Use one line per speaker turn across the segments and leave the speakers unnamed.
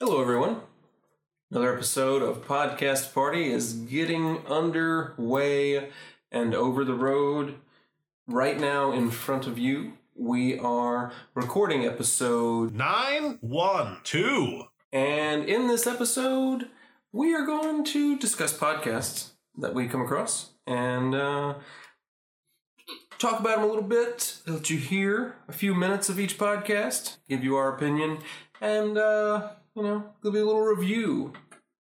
Hello, everyone. Another episode of Podcast Party is getting underway and over the road. Right now, in front of you, we are recording episode.
Nine, one, two.
And in this episode, we are going to discuss podcasts that we come across and uh, talk about them a little bit, let you hear a few minutes of each podcast, give you our opinion, and, uh, you know, there'll be a little review.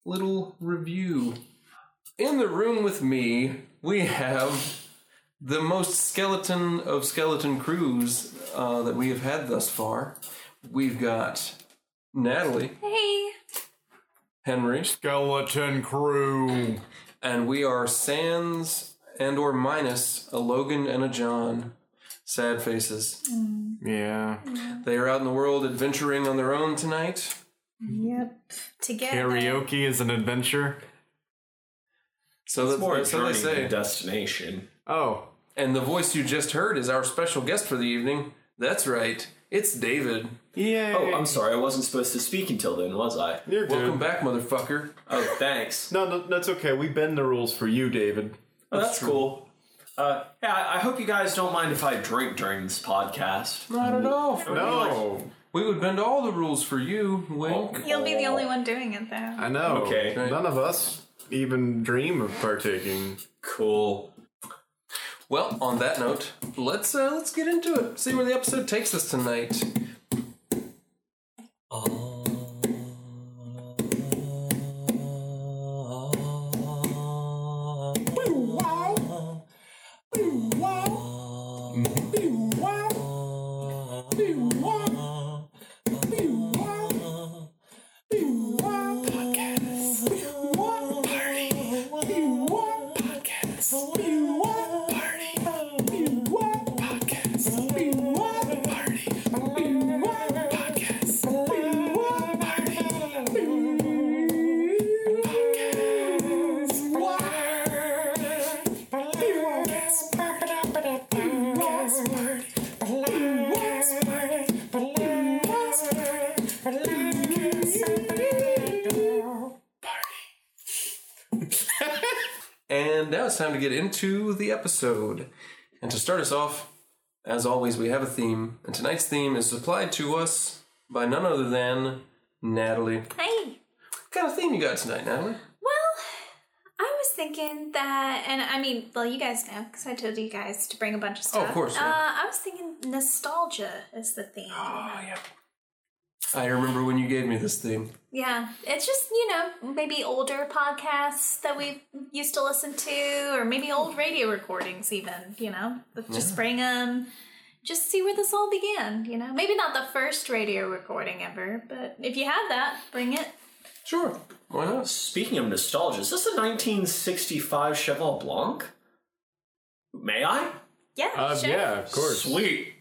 Little review. In the room with me, we have the most skeleton of skeleton crews uh, that we have had thus far. We've got Natalie,
Hey.
Henry,
Skeleton crew.
and we are sans and or minus a Logan and a John. Sad faces. Mm.
Yeah.
They are out in the world adventuring on their own tonight.
Yep. Together.
Karaoke is an adventure.
So that's
more a
so they
journey than a
say.
destination.
Oh,
And the voice you just heard is our special guest for the evening. That's right. It's David.
yay.
Oh, I'm sorry, I wasn't supposed to speak until then, was I?
You're good.
Welcome back, motherfucker.
Oh, thanks.
No, no, that's okay. We bend the rules for you, David.
Oh, that's cool. Uh, yeah, I I hope you guys don't mind if I drink during this podcast.
Not at all.
No.
We would bend all the rules for you, Wink.
Oh. You'll be the only one doing it though.
I know.
Okay.
None of us even dream of partaking.
Cool.
Well, on that note, let's uh, let's get into it. See where the episode takes us tonight. And now it's time to get into the episode. And to start us off, as always, we have a theme, and tonight's theme is supplied to us by none other than Natalie.
Hey.
What kind of theme you got tonight, Natalie?
Well, I was thinking that, and I mean, well, you guys know because I told you guys to bring a bunch of stuff.
Oh, of course, yeah.
Uh, I was thinking nostalgia is the theme.
Oh, yeah. I remember when you gave me this theme.
Yeah, it's just you know maybe older podcasts that we used to listen to, or maybe old radio recordings even. You know, But just bring them, just see where this all began. You know, maybe not the first radio recording ever, but if you have that, bring it.
Sure. Why not?
Speaking of nostalgia, is this a 1965 Cheval Blanc? May I?
Yeah,
Uh,
sure.
yeah, of course.
Sweet.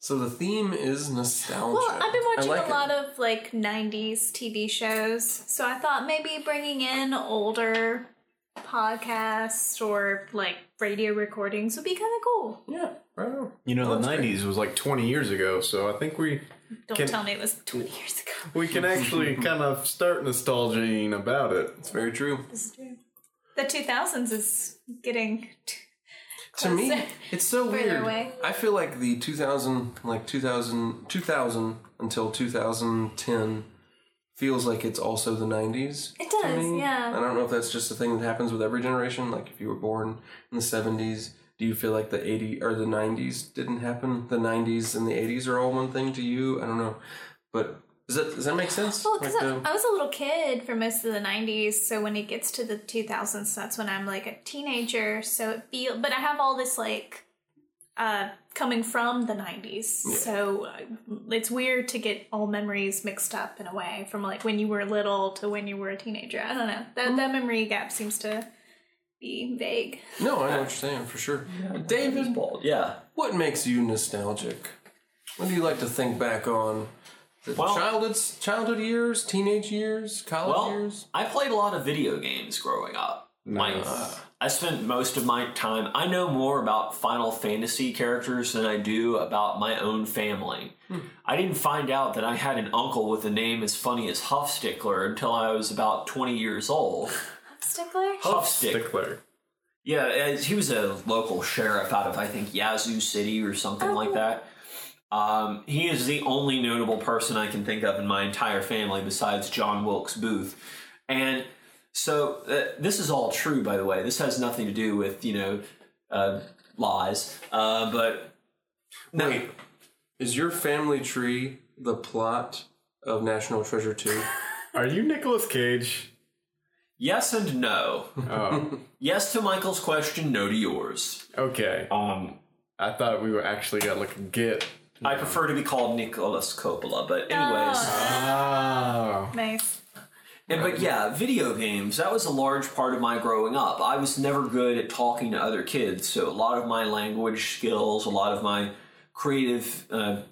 So the theme is nostalgia.
Well, I've been
I
watching
like
a lot of like '90s TV shows, so I thought maybe bringing in older podcasts or like radio recordings would be kind of cool.
it. Yeah, right on.
You know, the
that's great.
90s was like 20 years ago, so I think we
Don't
Can-
tell me it was 20 years ago.
we can actually kind of start nostalging about it.
It's very true.
This is true. The 2000s is getting. T-
to me
Closer.
it's so
Further
weird
away.
i feel like the 2000 like 2000 2000 until 2010 feels like it's also the 90s
It
to
does,
me.
yeah.
i don't know if that's just a thing that happens with every generation like if you were born in the 70s do you feel like the 80 or the 90s didn't happen the 90s and the 80s are all one thing to you i don't know but does that does that make sense
well, oh because
Like
I,
the-
I was a little kid for most of the 90s, so when it gets to the 2000s, that's when I'm like a teenager, so it feels. But I have all this like. Uh, coming from the 90s. So uh, it's weird to get all memories mixed up in a way from like when you were little to when you were a teenager. I don't know. That, that memory gap seems to be vague.
no i know what you're saying for sure david
Well, yeah.
What makes you nostalgic? What do you like to think back on? The
Well-
childhood, childhood years, teenage years, college
Well,
years.
I played a lot of video games growing up. Nice. I spent most of my time. I know more about Final Fantasy characters than I do about my own family. I didn't find out that I had an uncle with a name as funny as Huffstickler until I was about 20 years old.
Stickler?
Huffstick.
Stickler.
Yeah, as- he was a local sheriff out of, I think, Yazoo City or something like that. Um, he is the only notable person I can think of in my entire family besides John Wilkes Booth. And so uh, this is all true, by the way. This has nothing to do with, you know, uh, lies. Uh, but no,
Wait, is your family tree the plot of National Treasure 2?
Are you Nicolas Cage?
yes and no.
Oh,
yes to Michael's question, no to yours.
okay.
Um,
I thought we were actually got like a get.
I prefer to be called Nicholas Coppola, but anyways.
Oh.
Nice.
And, but yeah, video games, that was a large part of my growing up. I was never good at talking to other kids, so a lot of my language skills, a lot of my creative uh,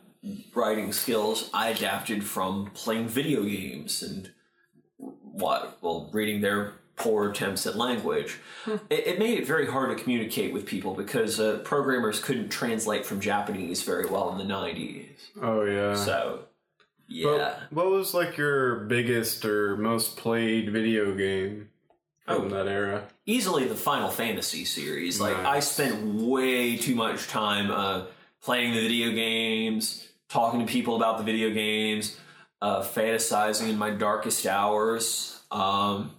writing skills, I adapted from playing video games and what, well, reading their poor attempts at language. It, it made it very hard to communicate with people because uh, programmers couldn't translate from Japanese very well in the 90s.
Oh yeah.
So, yeah.
Well, what was like your biggest or most played video game from that era?
easily the Final Fantasy series. Like
Nice.
I spent way too much time uh, playing the video games, talking to people about the video games, uh, fantasizing in my darkest hours. Um,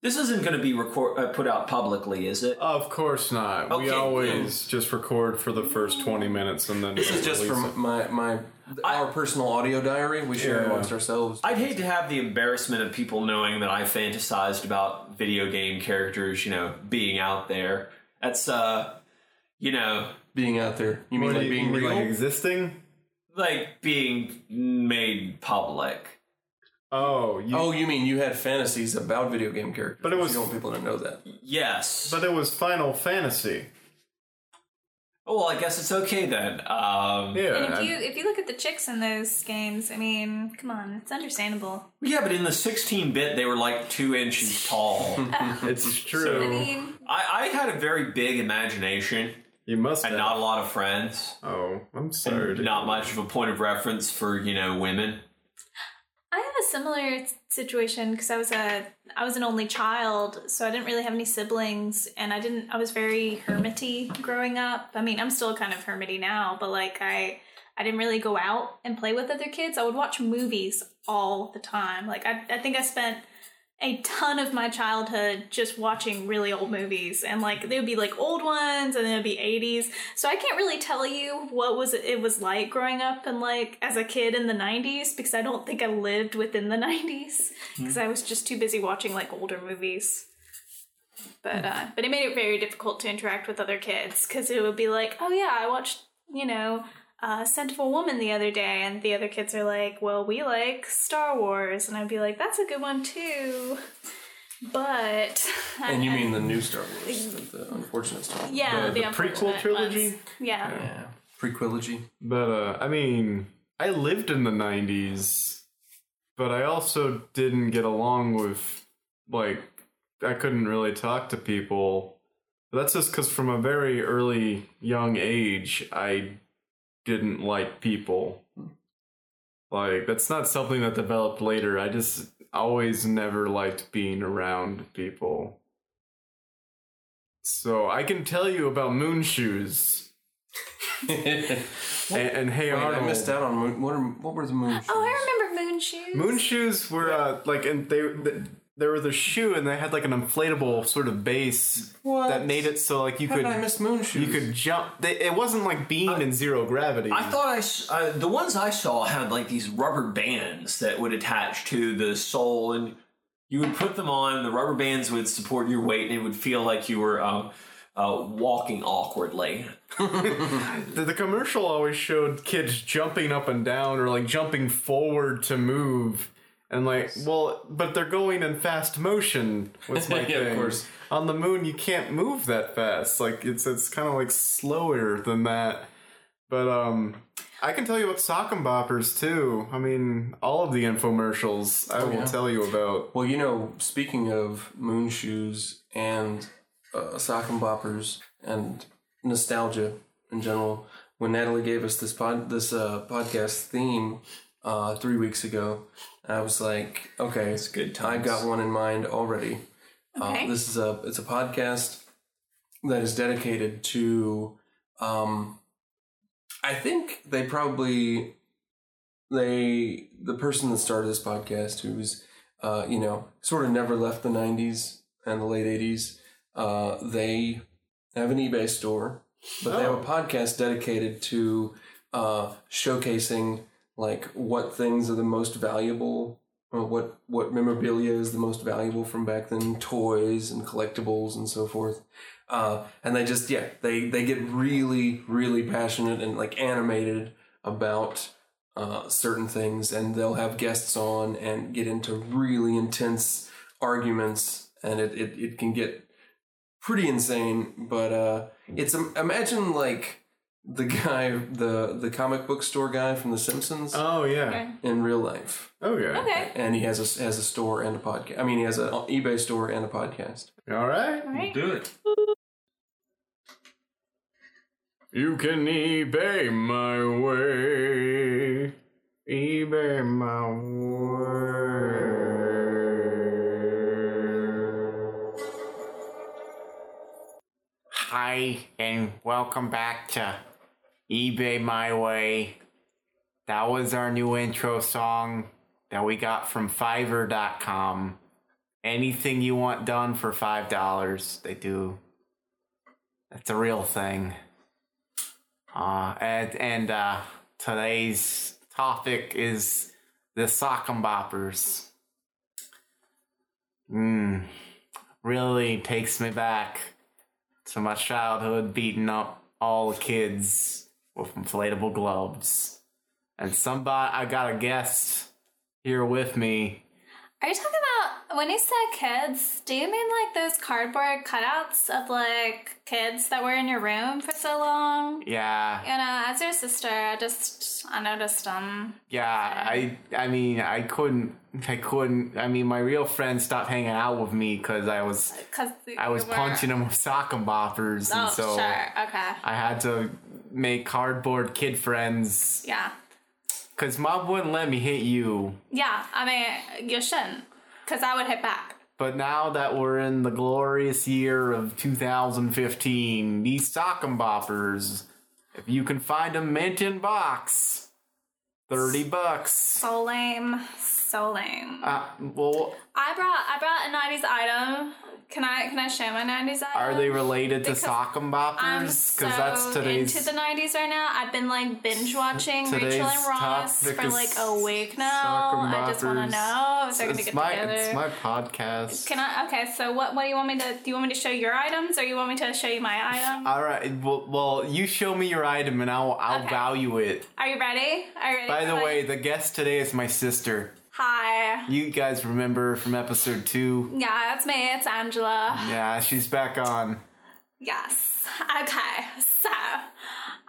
this isn't going to be record uh, put out publicly, is it?
Of course not.
Okay.
We always just record for the first twenty minutes and then
this is just
release
from my, my our personal audio diary we share
Yeah.
amongst ourselves.
I'd hate to have the embarrassment of people knowing that I fantasized about video game characters, you know, being out there. That's uh, you know,
being out there. You
it.
mean
What do
like
you
being
mean,
real?
like existing?
like being made public.
Oh, you,
oh, you mean you had fantasies about video game characters?
But it was-
you want people to know that.
Yes.
but it was Final Fantasy.
oh, well, I guess it's okay then. Um, yeah.
And
Yeah.
if you if you look at the chicks in those games, I mean, come on, it's understandable.
but in the 16 bit, they were like two inches tall.
It's
I
true.
mean,
I, I had a very big imagination
You must
and
have.
not a lot of friends.
oh, I'm sorry. dude.
Not much of a point of reference for, you know, women.
I have a similar situation because I was a I was an only child, so I didn't really have any siblings, and I didn't I was very hermity growing up. I mean, I'm still kind of hermity now, but like I I didn't really go out and play with other kids. I would watch movies all the time. Like I I think I spent a ton of my childhood just watching really old movies and like they would be like old ones and then it'd be 80s so i can't really tell you what was it was like growing up and like as a kid in the 90s because i don't think i lived within the 90s because i was just too busy watching like older movies but uh but it made it very difficult to interact with other kids because it would be like oh yeah i watched you know uh, scent of a woman the other day, and the other kids are like, "Well, we like Star Wars," and I'd be like, "That's a good one too," but
And you mean the new Star Wars, like the unfortunate Star Wars.
yeah,
the- the
unfortunate
prequel trilogy?
ones. Yeah.
yeah. Prequilogy.
But uh, I mean, I lived in the '90s, but I also didn't get along with like I couldn't really talk to people. That's just because from a very early young age, I didn't like people. Like that's not something that developed later. I just always never liked being around people. So I can tell you about moon shoes
Wait,
and, and hey
I
Arnold.
missed out on moon. What, are, what were the moon?
Oh, I remember moon shoes.
Moon shoes were uh, like, and they th- there was a shoe, and they had like an inflatable sort of base
What?
that made it so like you
How
could
did I miss moon shoes?
you could jump. They, it wasn't like being in zero gravity.
I thought I, s- uh, the ones I saw had like these rubber bands that would attach to the sole, and you would put them on. The rubber bands would support your weight, and it would feel like you were um, uh, walking awkwardly.
the, the commercial always showed kids jumping up and down or like jumping forward to move. And like, well, but they're going in fast motion. Was my
Yeah, of
thing.
course.
On the moon, you can't move that fast. Like it's it's kind of like slower than that. But um, I can tell you about sock and boppers too. I mean, all of the infomercials
Oh,
I will tell you about.
Well, you know, speaking of moon shoes and uh, sock and boppers and nostalgia in general, when Natalie gave us this pod, this uh, podcast theme uh, three weeks ago, I was like, okay, it's
good
I've got one in mind already.
Okay.
Uh, this is a it's a podcast that is dedicated to. Um, I think they probably they the person that started this podcast who was uh, you know sort of never left the 90s and the late 80s uh, they have an ebay store but they have a podcast dedicated to uh, showcasing like what things are the most valuable or what what memorabilia is the most valuable from back then toys and collectibles and so forth uh, and they just yeah they they get really really passionate and like animated about uh, certain things and they'll have guests on and get into really intense arguments and it, it, it can get pretty insane but uh it's um, imagine like the guy the the comic book store guy from the simpsons
Oh yeah. Oh,
Okay.
in real life
Okay.
Okay.
and he has a has a store and a podcast i mean he has an ebay store and a podcast
All right.
All right.
do it
You can eBay my way. eBay my way.
Hi, and welcome back to eBay My Way. That was our new intro song that we got from Fiverr.com. Anything you want done for $5, they do. That's a real thing. Uh, and and uh, today's topic is the sock and boppers. Mm, really takes me back to my childhood beating up all the kids with inflatable globes. And somebody, I got a guest here with me.
Are you talking about when you said kids? Do you mean like those cardboard cutouts of like kids that were in your room for so long?
Yeah,
You know, as your sister, I just I noticed them.
yeah. I, I mean, I couldn't, I couldn't. I mean, my real friends stopped hanging out with me because I was,
Cause
I was punching them with sock and boppers,
Oh,
and
sure.
so
Okay.
I had to make cardboard kid friends
Yeah.
because mom wouldn't let me hit you.
Yeah. I mean, you shouldn't, because I would hit back.
But now that we're in the glorious year of 2015, these sock 'em boppers, if you can find them mint in box, 30 bucks.
So lame. So lame.
Uh, well,
I brought I brought a '90s item. Can I can I show my '90s item?
are they related to
Because
sock 'em
I'm
boppers?
so
that's today's.
into the '90s right now. I've been like binge watching
Today's
Rachel and Ross
topic
for
is
like a week
sock
now.
'em
I just want to
boppers.
know if they're gonna
it's
get
my,
together.
It's my podcast.
Can I? Okay, so what? What do you want me to? Do you want me to show your items, or you want me to show you my item?
All right. Well, well, you show me your item and I'll, I'll
Okay.
value it.
Are you ready? Are you ready?
By the
Hi.
way, the guest today is my sister.
hi.
You guys remember from episode two?
Yeah, it's me. It's Angela.
Yeah, she's back on.
Yes. Okay. So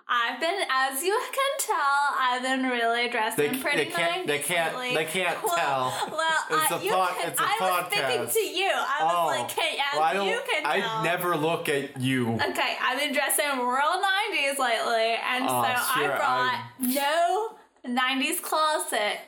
I've been, as you can tell, I've been really dressed
They-
in pretty
they can't- they
nice
can't-
lately.
they can't
well,
tell.
Well,
It's
I,
a
you
pod-
can,
it's a
I was
podcast.
thinking to you. I was like,
Oh,
hey, as
well, I
you can
I
tell.
never look at you.
Okay, I've been dressing real '90s lately, and
Oh,
so
sure,
I brought no '90s closet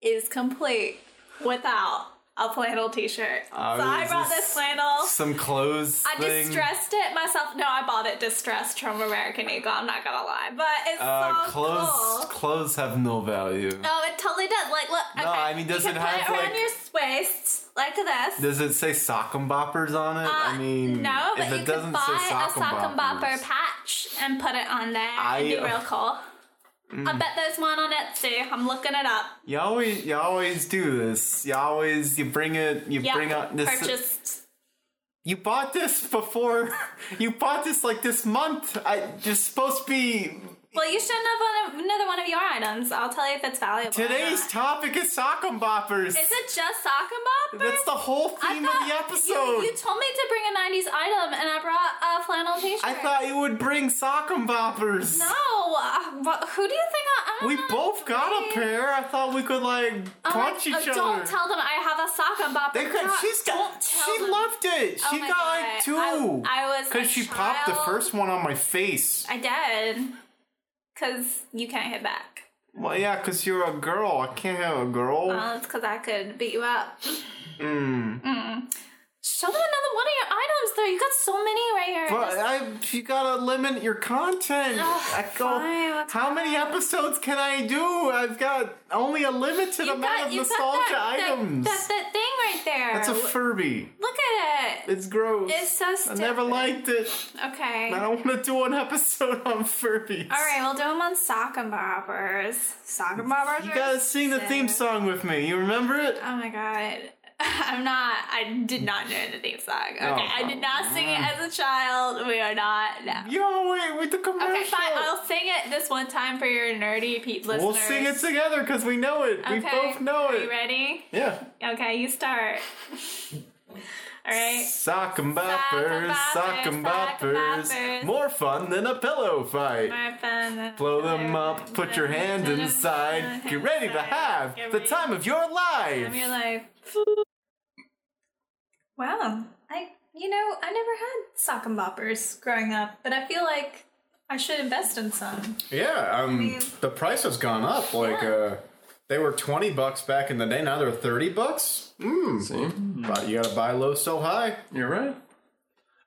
is complete without a flannel T-shirt. so I
is
brought
Oh, this
this flannel.
Some clothes.
I
thing.
distressed it myself. No, I bought it distressed from American Eagle. I'm not gonna lie, but it's
Uh,
so
clothes.
cool.
Clothes have no value.
No, it totally does. Like, look.
No,
okay,
I mean, does
you
it
can
have,
put it around
like-
your waist like this?
Does it say sock and boppers on it?
Uh,
I mean,
no, but
if
you
it
could
doesn't
buy
say sock
a sock and bopper
boppers,
patch and put it on there.
I- uh,
It'd be real cool. I bet there's one on Etsy. I'm looking it up.
you Mm. always, you always do this. You always, you bring it, you
Yeah,
bring out this. uh,
purchased.
You bought this before. you bought this like this month. I just supposed to be
Well, you shouldn't have one of, another one of your items. I'll tell you if it's valuable. or
Today's
not.
topic is sock 'em boppers.
Is it just sock and boppers?
That's the whole theme of the
You,
episode.
you told me to bring a 90s item and I brought a flannel t shirt.
I thought you would bring sock 'em boppers.
No, uh, but who do you think I am?
We both got a pair. I thought we could like punch each
Oh, don't
other.
Uh, Don't tell them I have a sock and bopper.
They could,
Don't-
she's got.
don't tell
She
them.
loved it.
Oh
She
my
got
God.
like two.
I, I was.
Because
a
she popped the
child.
first one on my face.
I did. Because you can't hit back.
Well, yeah, because you're a girl. I can't have a girl.
Well, it's because I could beat you up.
mm.
Show them another one of your items, though. You got so many right here.
But
Just-
I, you gotta limit your content.
Ugh,
I go,
fine, what's
how many episodes can I do? I've got only a limited
you
amount
got,
of
you got
nostalgia
that, that-
items.
That, that, thing right there.
That's a
Look-
Furby.
Look at it.
It's gross.
It's so
I
stupid.
never liked it.
Okay.
I don't want to do an episode on Furbies.
All right, we'll do them on sock and boppers. Sock and boppers.
You
are
gotta sing the theme
sick.
song with me. You remember it?
Oh my god. I'm not. I did not know the theme song.
Oh.
Okay, I did not sing it as a child. We are not. No.
Yo, wait, with the commercial.
Okay, fine. I'll sing it this one time for your nerdy Pete listeners.
we'll sing it together because we know it. we both know
Are
it.
you ready?
Yeah.
Okay, you start. All right.
Sock 'em boppers, sock 'em
Sock 'em
boppers.
boppers.
More fun than a pillow fight.
My fun-
Blow them up, put your hand inside. Get ready to have
Get
the
ready.
time of your
I'm your
life.
life. Wow. I you know, I never had sock and boppers growing up, but I feel like I should invest in some.
Yeah, um,
mean-
the price has gone up. Like, uh, they were 20 bucks back in the day, now they're 30 bucks. Mmm.
See?
You gotta buy low, sell high.
You're right.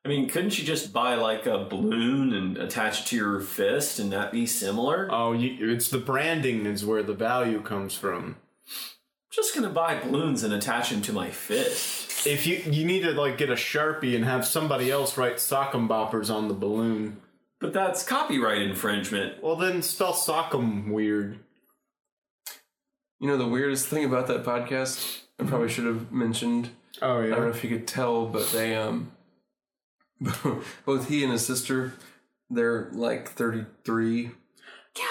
I mean, couldn't you just buy like a balloon and attach it to your fist and that be similar?
Oh, you, it's the branding is where the value comes from.
just gonna buy balloons and attach them to my fist.
If you you need to like get a sharpie and have somebody else write sock'em boppers on the balloon.
But that's copyright infringement.
Well, then spell sock'em weird.
You know the weirdest thing about that podcast? I probably should have mentioned.
Mm-hmm. Oh
I don't know if you could tell, but they um, both he and his sister, they're like 33,
Yeah, I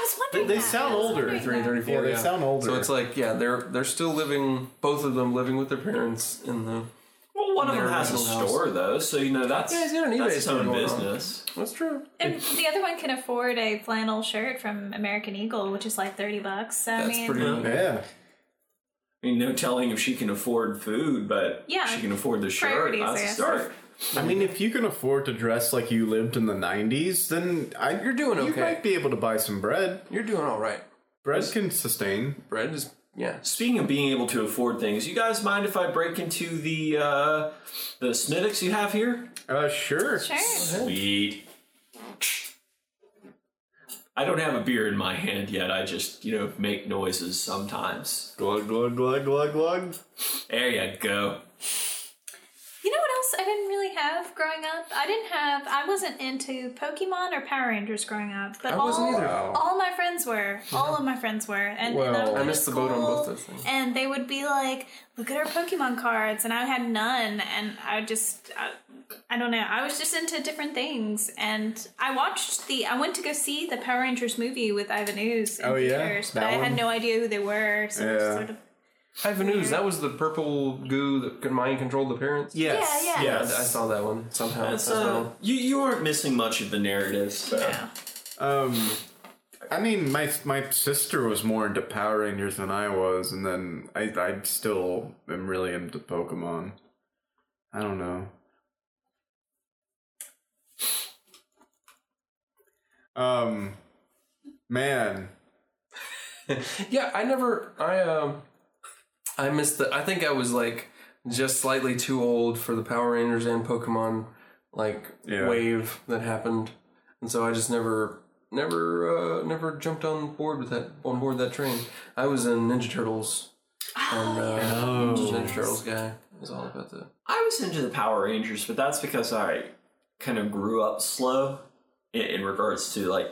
was wondering.
They- they
that.
sound
I was
older.
wondering
33
that.
34.
Yeah, they sound older.
So it's like, yeah, they're they're still living, both of them living with their parents in the.
Well, one of them has a
original house.
store though, so you know that's
Yeah, he's got an eBay
that's his
store
own
going on.
business.
That's true.
And the other one can afford a flannel shirt from American Eagle, which is like thirty bucks. So, I
That's
mean,
pretty.
yeah.
yeah.
I mean, no telling if she can afford food, but
Yeah.
she can afford the shirt.
Priorities,
That's
I
a
guess.
start.
I mean, if you can afford to dress like you lived in the '90s, then I,
You're doing
You
okay.
might be able to buy some bread.
You're doing all right.
Bread can sustain.
Bread is yeah.
Speaking of being able to afford things, you guys mind if I break into the uh, the Smittix you have here?
Uh, sure.
sure.
Sweet. I don't have a beer in my hand yet. I just, you know, make noises sometimes.
Glug glug glug glug glug.
There you go.
You know what else I didn't really have growing up? I didn't have. I wasn't into Pokemon or Power Rangers growing up, but
I
all,
wasn't either.
Wow.
All my friends were. All of my friends were. And, and
Well,
would
I
go
missed
to
the boat on both
school,
those things.
And they would be like, "Look at our Pokemon cards," and I had none. And I would just, I, I don't know. I was just into different things. And I watched the. I went to go see the Power Rangers movie with Ivan Ooze. in
Oh, yeah?
theaters, but
That
I
one?
had no idea who they were. So it was
Yeah.
sort of.
Ivan Ooze, that was the purple goo that could mind control the parents.
Yes.
Yeah, yeah.
I, I
Yes.
saw that one somehow.
That's,
That's
uh,
one.
you, you aren't missing much of the narrative. So.
Yeah.
Um, I mean, my my sister was more into Power Rangers than I was, and then I I still am really into Pokemon. I don't know. Um, man,
Yeah, I never. I um, I missed the. I think I was like just slightly too old for the Power Rangers and Pokemon like
Yeah.
wave that happened, and so I just never, never, uh, never jumped on board with that on board that train. I was in Ninja Turtles. And, uh,
Oh.
Ninja Turtles guy It was all about the.
I was into the Power Rangers, but that's because I kind of grew up slow in, in regards to like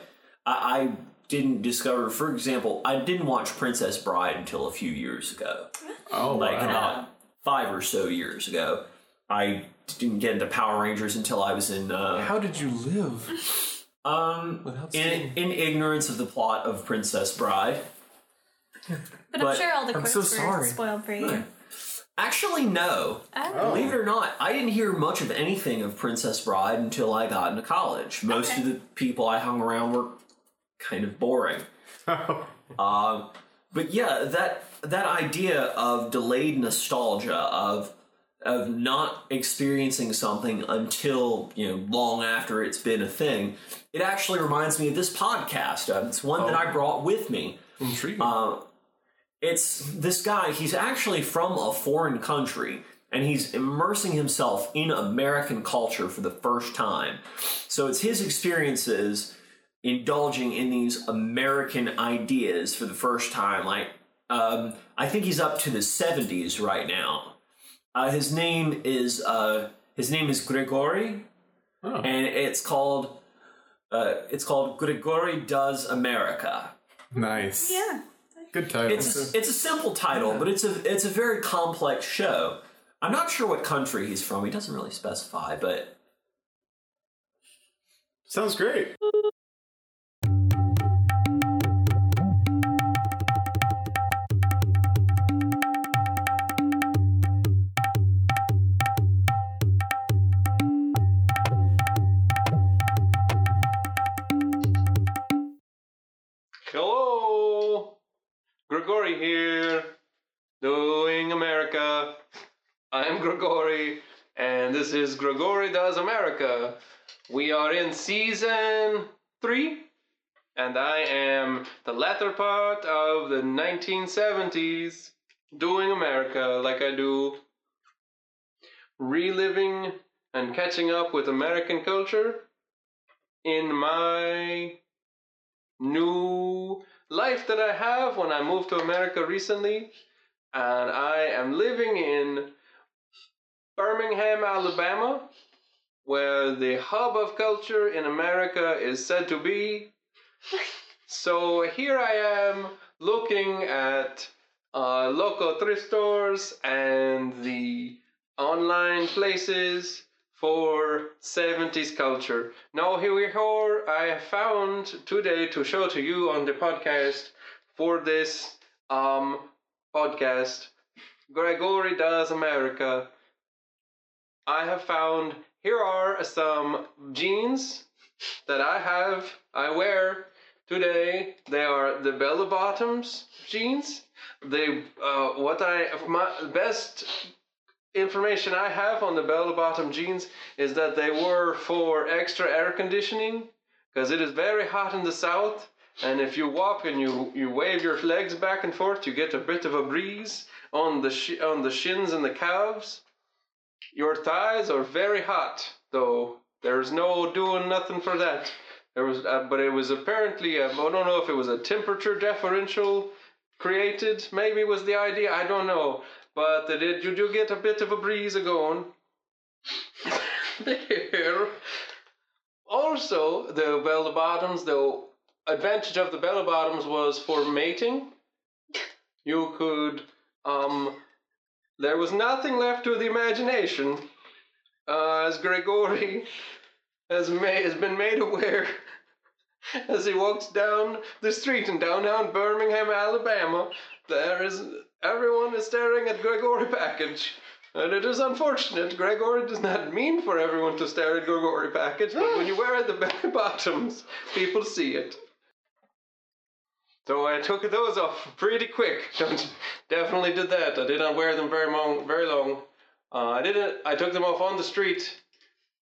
I, I didn't discover. For example, I didn't watch Princess Bride until a few years ago,
oh
like
wow.
about five or so years ago. I didn't get into Power Rangers until I was in uh,
How did you live?
Um,
Without
in,
seeing.
in ignorance of the plot of Princess Bride,
But, I'm
But Hmm.
sure all the
I'm
quirks
so
were
sorry.
spoiled for you.
actually no.
Oh.
Believe it or not, I didn't hear much of anything of Princess Bride until I got into college. Most
Okay.
of the people I hung around were kind of boring. um, but yeah, that that idea of delayed nostalgia of of not experiencing something until you know long after it's been a thing, it actually reminds me of this podcast. Uh, It's one that I brought with me.
Intriguing.
Uh, it's this guy, he's actually from a foreign country and he's immersing himself in American culture for the first time. So it's his experiences indulging in these American ideas for the first time. Like, um, I think he's up to the 70s right now. Uh, his name is uh, his name is Grigori, and it's called uh, it's called Grigori Does America.
Nice.
Yeah.
Good title.
It's a, it's a simple title, but it's a it's a very complex show. I'm not sure what country he's from. He doesn't really specify, but
Sounds great.
Hello, Grigori here, doing America. I'm Grigori, and this is Grigori Does America. We are in season three, and I am the latter part of the 1970s, doing America like I do, reliving and catching up with American culture in my new life that I have when I moved to America recently. And I am living in Birmingham, Alabama, where the hub of culture in America is said to be. so here I am looking at uh, local thrift stores and the online places for 70s culture. Now, here we are. I have found today to show to you on the podcast for this um, podcast, Gregory Does America. I have found here are some jeans that I have, I wear today. They are the bell bottoms jeans. They, uh, what I, my best information I have on the bell bottom jeans is that they were for extra air conditioning because it is very hot in the south. And if you walk and you, you wave your legs back and forth, you get a bit of a breeze on the sh- on the shins and the calves. Your thighs are very hot, though. There's no doing nothing for that. There was, uh, but it was apparently um, I don't know if it was a temperature differential created. Maybe was the idea. I don't know. But they did you do get a bit of a breeze going? there. Also, the bell bottoms. The advantage of the bell bottoms was for mating. You could. Um, there was nothing left to the imagination, uh, as Gregory has ma- has been made aware as he walks down the street in downtown Birmingham, Alabama. There is everyone is staring at Gregory Package. And it is unfortunate. Gregory does not mean for everyone to stare at Gregory Package, but when you wear the belly bottoms, people see it. So I took those off pretty quick. Don't- Definitely did that. I did not wear them very long. Very long. Uh, I didn't. I took them off on the street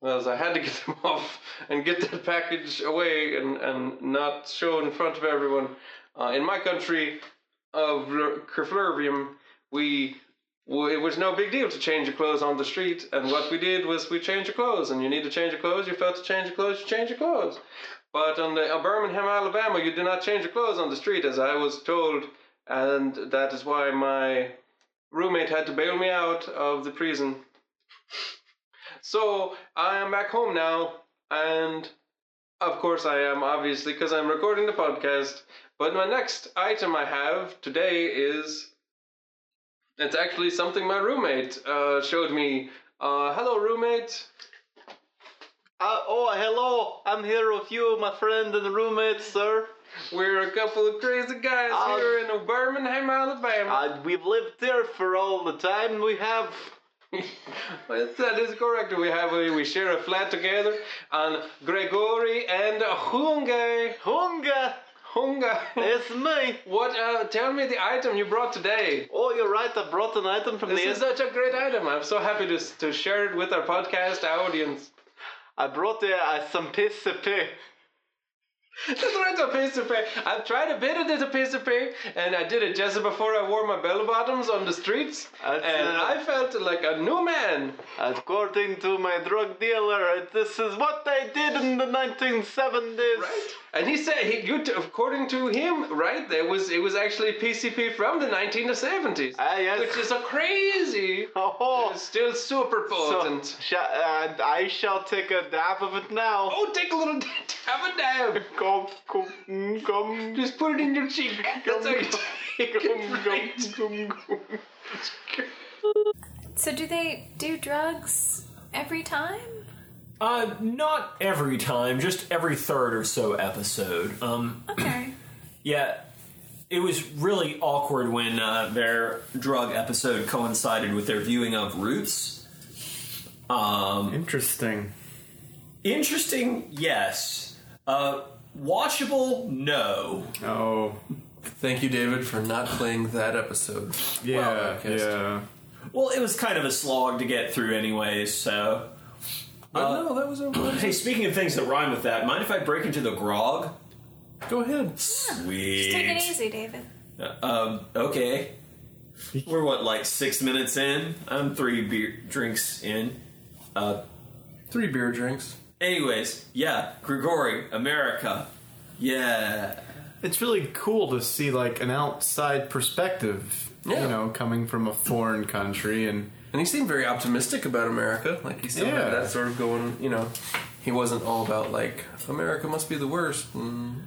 as I had to get them off and get that package away and, and not show in front of everyone. Uh, in my country of L- Kerflurvium, we w- it was no big deal to change your clothes on the street, and what we did was we changed your clothes, and you need to change your clothes, you felt to change your clothes, you change your clothes. But on the uh, Birmingham, Alabama, you do not change your clothes on the street, as I was told, and that is why my roommate had to bail me out of the prison. So I am back home now, and of course I am obviously because I'm recording the podcast. But my next item I have today is it's actually something my roommate uh, showed me. Uh, hello, roommate.
Uh, oh, hello. I'm here with you, my friend and roommate, sir.
We're a couple of crazy guys
Uh,
here in Birmingham, Alabama.
Uh, we've lived there for all the time we have.
Well, that is correct. We have uh, we, we share a flat together, and Gregory and Hunga.
Hunga!
Hunga.
It's me!
What? Uh, tell me the item you brought today.
Oh, you're right, I brought an item from
This
the.
is such a great item. I'm so happy to, to share it with our podcast audience.
I brought uh, uh, some PCP.
That's right, a piece of pay. I've tried a bit of this piece of pay, and I did it just before I wore my bell bottoms on the streets,
That's,
and
uh,
I felt like a new man.
According to my drug dealer, this is what they did in the 1970s.
Right. And he said, he, you t- according to him, right, there was it was actually PCP from the 1970s,
Ah, yes.
which is a crazy,
Oh,
it's still super
so,
potent.
sh- uh, I shall take a dab of it now.
oh, take a little dab a dab.
Come, come, mm, come.
Just put it in your cheek. That's how you take
Gum,
it.
gum,
Right.
gum, gum.
So do they do drugs every time?
Uh, not every time, just every third or so episode. Um,
Okay.
Yeah, it was really awkward when uh, their drug episode coincided with their viewing of Roots. Um,
Interesting.
interesting, yes. Uh, watchable, no.
Oh,
Thank you, David, for not playing that episode.
yeah,
podcast.
yeah.
Well, it was kind of a slog to get through, anyways. So, uh,
But no, that was a.
hey, speaking of things that rhyme with that, mind if I break into the grog?
Go ahead.
Sweet.
Take it easy, David.
Um, okay. We're what, like six minutes in? I'm three beer drinks in. Uh,
Three beer drinks.
anyways, yeah, Grigori, America. Yeah.
It's really cool to see like an outside perspective,
Yeah.
you know, coming from a foreign country and
And he seemed very optimistic about America. Like he still
Yeah.
had that sort of going. You know, he wasn't all about like America must be the worst. And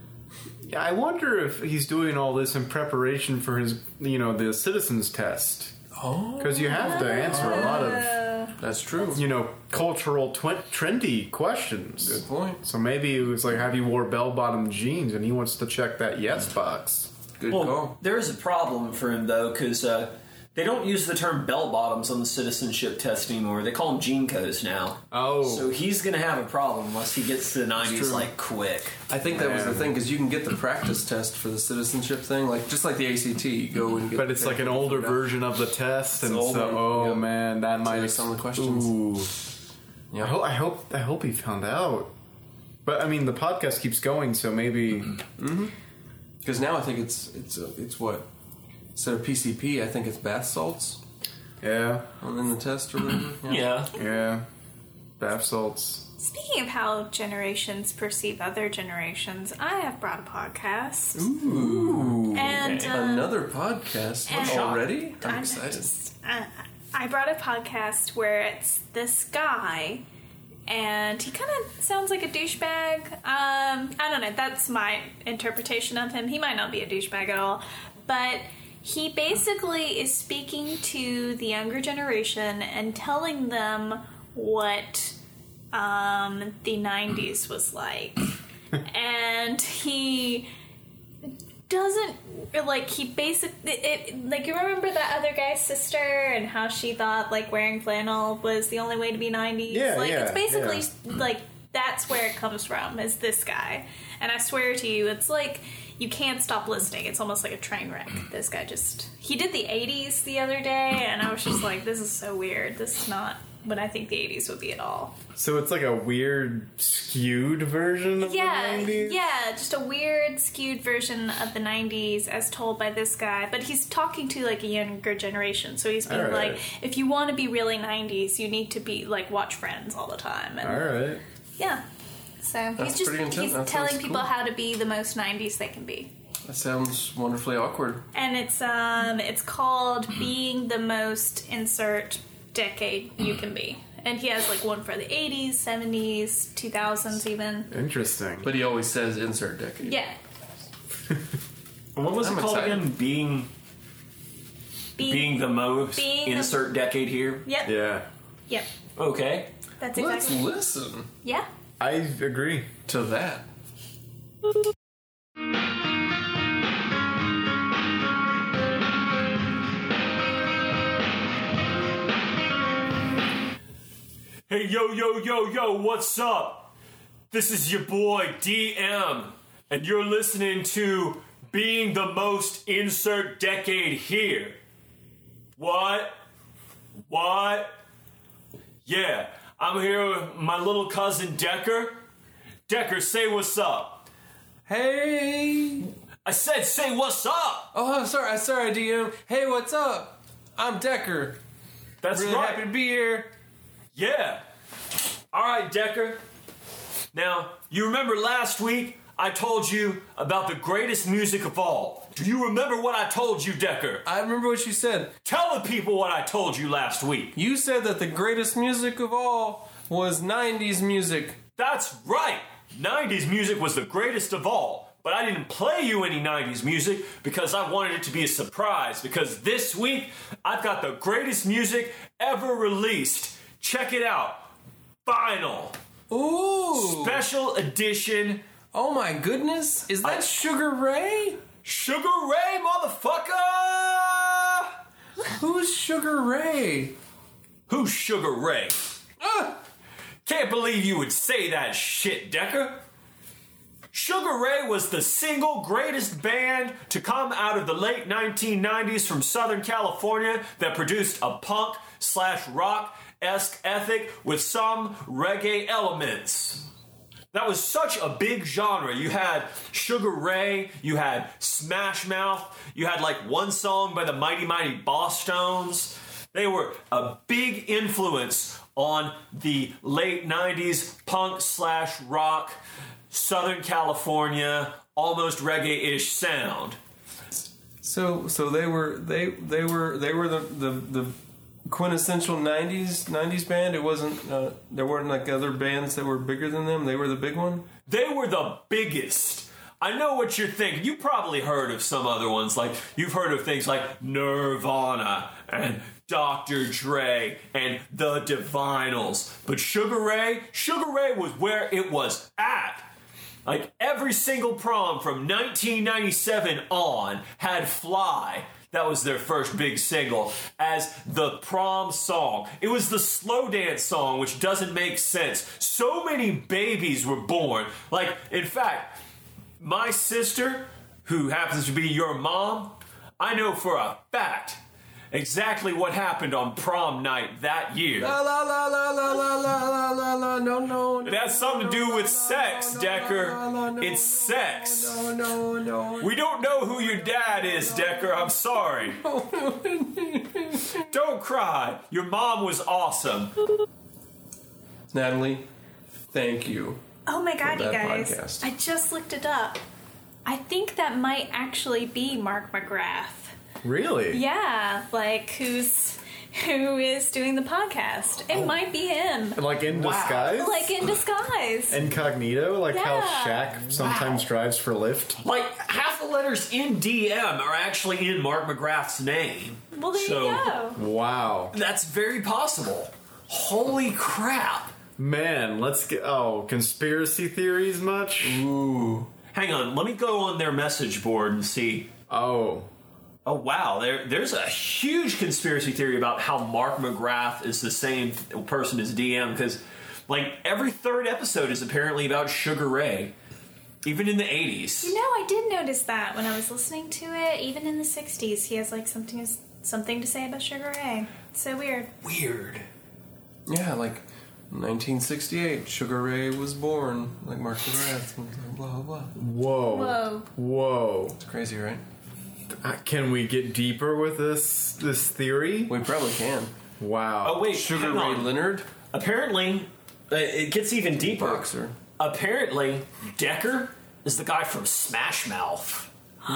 Yeah, I wonder if he's doing all this in preparation for his, you know, the citizens test.
oh,
Because you have to answer a lot of,
Uh,
that's true.
you know, cultural twen- trendy questions.
Good point.
So maybe it was like, have you wore bell bottom jeans? And he wants to check that yes box.
Good
Well,
call.
there is a problem for him, though, because uh, they don't use the term bell bottoms on the citizenship test anymore. They call them gene codes now.
Oh.
So he's going to have a problem unless he gets to the 90s,
true.
like, quick.
I think that was the thing because you can get the practice test for the citizenship thing, like just like the ACT. You go and get.
but it's like an older version of the test, and
older,
so oh
yeah.
man, that might
like some of the questions.
Ooh. I, ho- I hope I hope he found out. But I mean, the podcast keeps going, so maybe
because Mm-hmm. now I think it's it's uh, it's what instead of PCP, I think it's bath salts
yeah,
in the test or whatever.
Yeah.
yeah, bath salts.
Speaking of how generations perceive other generations, I have brought a podcast. Ooh. And uh,
Another podcast
and-
already. I'm,
I'm
excited.
just- I- Uh, I brought a podcast where it's this guy, and he kind of sounds like a douchebag. Um, I don't know. That's my interpretation of him. He might not be a douchebag at all, but he basically is speaking to the younger generation and telling them what um, the '90s was like, and he doesn't like he basically it, it- like you remember that other guy's sister and how she thought like wearing flannel was the only way to be 90s
Yeah,
like
yeah,
it's basically
yeah.
like that's where it comes from is this guy and i swear to you it's like you can't stop listening it's almost like a train wreck this guy just he did the 80s the other day and i was just like this is so weird this is not what i think the 80s would be at all
So it's like a weird, skewed version of
yeah,
the 90s?
yeah, just a weird, skewed version of the '90s, as told by this guy. But he's talking to like a younger generation, so he's being
All right.
like, if you want to be really '90s, you need to be like watch Friends all the time, and
Alright.
yeah. So
That's
he's just
pretty intense.
he's
That
telling
sounds
people
cool.
how to be the most '90s they can be,
That sounds wonderfully awkward.
and it's um it's called
Hmm.
being the most insert decade you can be. And he has like one for the 80s, 70s, 2000s, even.
Interesting.
But he always says insert decade.
Yeah.
What was
I'm
it called
excited.
again? Being
Being,
being the most
Being the-
insert decade here.
Yep.
yeah.
Yep.
Okay.
That's
Let's
exactly.
listen.
Yeah.
I agree.
to that.
Hey, yo, yo, yo, yo, what's up? This is your boy DM, and you're listening to Being the Most Insert Decade Here. What? What? Yeah, I'm here with my little cousin Decker. Decker, say what's up.
Hey!
I said, say what's up.
Oh, I'm sorry. I'm sorry, DM. Hey, what's up? I'm Decker.
That's
Really
right.
happy to be here.
Yeah. All right, Decker. Now, you remember last week I told you about the greatest music of all. Do you remember what I told you, Decker?
I remember what you said.
Tell the people what I told you last week.
You said that the greatest music of all was 90s music.
That's right. 90s music was the greatest of all. But I didn't play you any 90s music because I wanted it to be a surprise. Because this week, I've got the greatest music ever released. Check it out. Final.
Ooh!
Special edition
oh my goodness. Is that
I-
Sugar Ray?
Sugar Ray, motherfucker!
Who's Sugar Ray?
Who's Sugar Ray? Ah! Can't believe you would say that shit, Decker. Sugar Ray was the single greatest band to come out of the late 1990s from Southern California that produced a punk slash rock esque ethic with some reggae elements. That was such a big genre. You had Sugar Ray, you had Smash Mouth, you had like one song by the Mighty Mighty Boss Stones. They were a big influence on the late 90s punk slash rock, Southern California, almost reggae ish sound.
So so they were they they were they were the the, the quintessential 90s 90s band. It wasn't uh, there weren't like other bands that were bigger than them. They were the big one.
They were the biggest. I know what you're thinking. You probably heard of some other ones, like you've heard of things like Nirvana and Dr. Dre and the Divinals. But Sugar Ray, Sugar Ray was where it was at. Like every single prom from 1997 on had Fly. That was their first big single as the prom song. It was the slow dance song, which doesn't make sense. So many babies were born. Like, in fact, my sister, who happens to be your mom, I know for a fact exactly what happened on prom night that year.
La la la la la la la la la la no no.
It has something to do with sex, Decker. It's sex.
No no no.
We don't know who your dad is, Decker. I'm sorry. don't cry. Your mom was awesome.
Natalie, thank you.
Oh my god, you
that
guys.
podcast.
I just looked it up. I think that might actually be Mark McGrath.
Really?
Yeah, like who's who is doing the podcast. It might be him.
Oh. Like in disguise?
Like in disguise.
Incognito, like how
Yeah.
Shaq sometimes drives for Lyft.
Like, half the letters in DM are actually in Mark McGrath's name.
well there
so-
you go.
Wow,
That's very possible. Holy crap.
man, let's get. Oh, conspiracy theories much?
Hang on, let me go on their message board and see.
Oh,
Oh wow, there, there's a huge conspiracy theory about how Mark McGrath is the same person as DM because, like, every third episode is apparently about Sugar Ray, even in the '80s.
You know, I did notice that when I was listening to it, even in the sixties, he has like something something to say about Sugar Ray. It's so weird.
Weird.
Yeah, like 1968, Sugar Ray was born, like Mark McGrath, and blah blah blah.
whoa,
Whoa.
whoa.
It's crazy, right?
Uh, Can we get deeper with this this theory?
We probably can.
Wow.
Oh wait,
Sugar
hang
Ray
on.
Leonard,
Apparently, uh, it gets even deeper.
boxer.
Apparently, Decker is the guy from Smash Mouth.
What?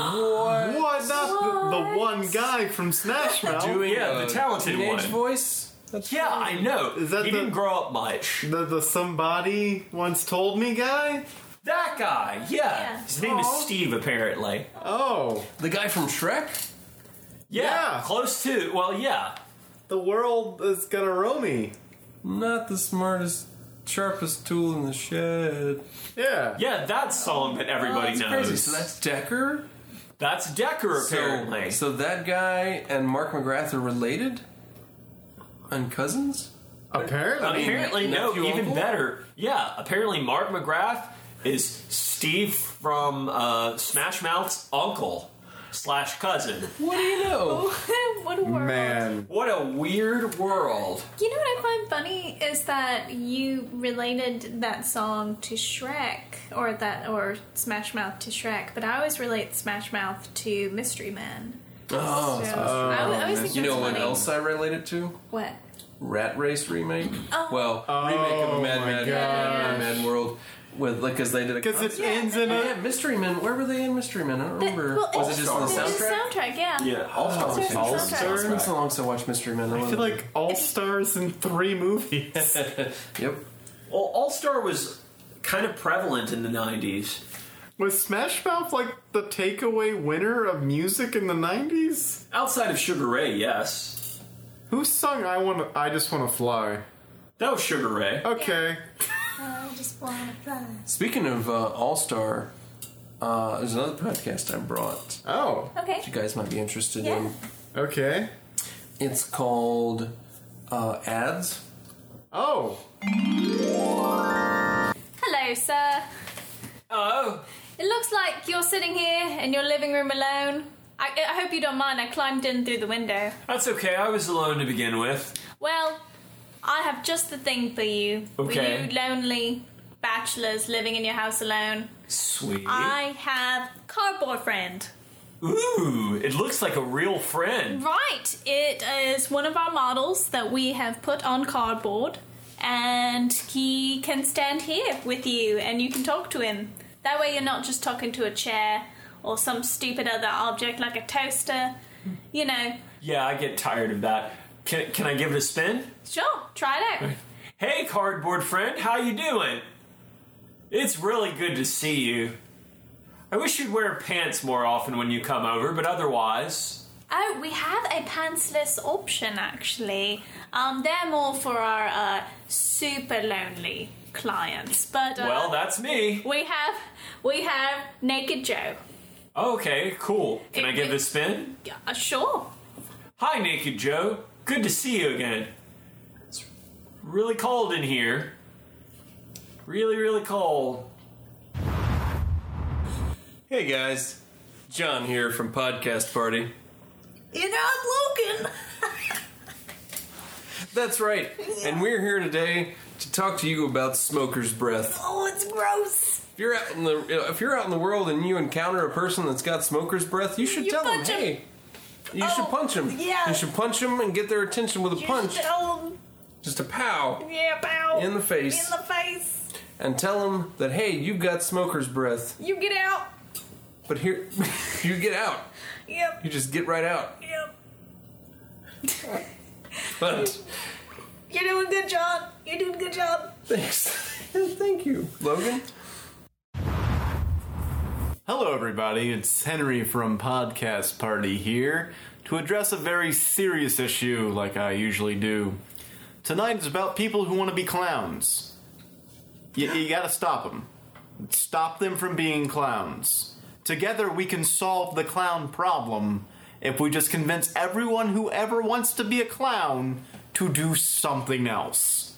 Not the, the
What?
one guy from Smash Mouth.
yeah,
a
the talented
Teenage
uh, one.
voice. That's
Yeah, I know.
Is that
he
the-
didn't grow up much.
the, the somebody once told me guy?
That guy, yeah.
Yeah.
His name is
Aw.
Steve, apparently.
Oh,
the guy from Shrek.
Yeah,
Yeah.
close to. Well, yeah.
the world is gonna roll me.
Not the smartest sharpest tool in the shed.
Yeah.
Yeah, that song that everybody
That's
knows.
crazy. So that's Decker.
That's Decker,
So-
apparently.
So, that guy and Mark McGrath are related and cousins.
Apparently.
apparently, no,
nephew,
even
uncle?
better. Yeah, apparently Mark McGrath is Steve from uh, Smash Mouth's uncle slash cousin.
What do you know?
what a world.
Man.
What a weird world.
You know what I find funny is that you related that song to Shrek or that or Smash Mouth to Shrek, but I always relate Smash Mouth to Mystery Men.
Oh,
So I, always- I always
Oh,
think
you
that's
know what
funny.
else I relate it to?
What?
Rat Race remake.
Oh.
Well, remake of a Mad
Oh my
Mad,
gosh.
Mad Mad World with like because they did a
Because it
concert.
ends in
Oh,
a.
yeah, Mystery Men. Where were they in Mystery Men? I don't
But-
remember.
well,
was it just on the
it's- it's
soundtrack?
the soundtrack, yeah.
Yeah, all
It's just
stars.
the
All
soundtrack.
Stars?
It's been so long since I watched Mystery Men. I
I feel
wasn't-
like all stars in three movies.
yep.
Well, All Star was kind of prevalent in the '90s.
Was Smash Mouth like the takeaway winner of music in the '90s?
Outside of Sugar Ray, yes,
Who sung "I Want"? I just want to fly.
that was Sugar
eh?
Ray.
Okay.
I just wanna fly.
Speaking of uh, All Star, uh, there's another podcast I brought.
Oh.
Okay.
You guys might be interested
Yeah.
in.
Okay.
It's called uh, Ads.
Oh.
Hello, sir.
Oh,
It looks like you're sitting here in your living room alone. I, I hope you don't mind. I climbed in through the window.
that's okay. I was alone to begin with.
Well, I have just the thing for you.
Okay.
For you lonely bachelors living in your house alone.
Sweet.
I have cardboard friend.
Ooh, it looks like a real friend.
Right. It is one of our models that we have put on cardboard and he can stand here with you and you can talk to him. That way you're not just talking to a chair or some stupid other object like a toaster. You know.
Yeah, I get tired of that. Can, can I give it a spin?
Sure, try it out.
Hey, cardboard friend, how you doing? It's really good to see you. I wish you'd wear pants more often when you come over, but otherwise,
Oh, we have a pantsless option actually. Um, they're more for our uh, super lonely clients, but uh,
well, that's me.
we have we have Naked Joe.
Okay, cool. Can I
It-
give it a spin?
Yeah, Uh, sure.
Hi, Naked Joe. Good to see you again. It's really cold in here. Really, really cold.
Hey guys, John here from Podcast Party.
You know, I'm Logan.
That's right, and we're here today to talk to you about smoker's breath.
Oh, it's gross.
If you're out in the if you're out in the world and you encounter a person that's got smoker's breath, you should
You
tell them,
punch 'em.
hey, you should
Oh,
punch them.
yeah.
You should punch them and get their attention with a punch, just a
Oh.
pow
yeah, bow.
in the
In
face,
the face.
and tell them that hey, you've got smoker's breath.
You get out.
But here, you get out.
Yep.
You just get right out.
Yep.
But
You're doing good, John. You're doing good job.
thanks, thank you, Logan.
Hello, everybody. It's Henry from Podcast Party here to address a very serious issue, like I usually do. Tonight is about people who want to be clowns. You, you gotta stop them. Stop them from being clowns. Together, we can solve the clown problem if we just convince everyone who ever wants to be a clown to do something else.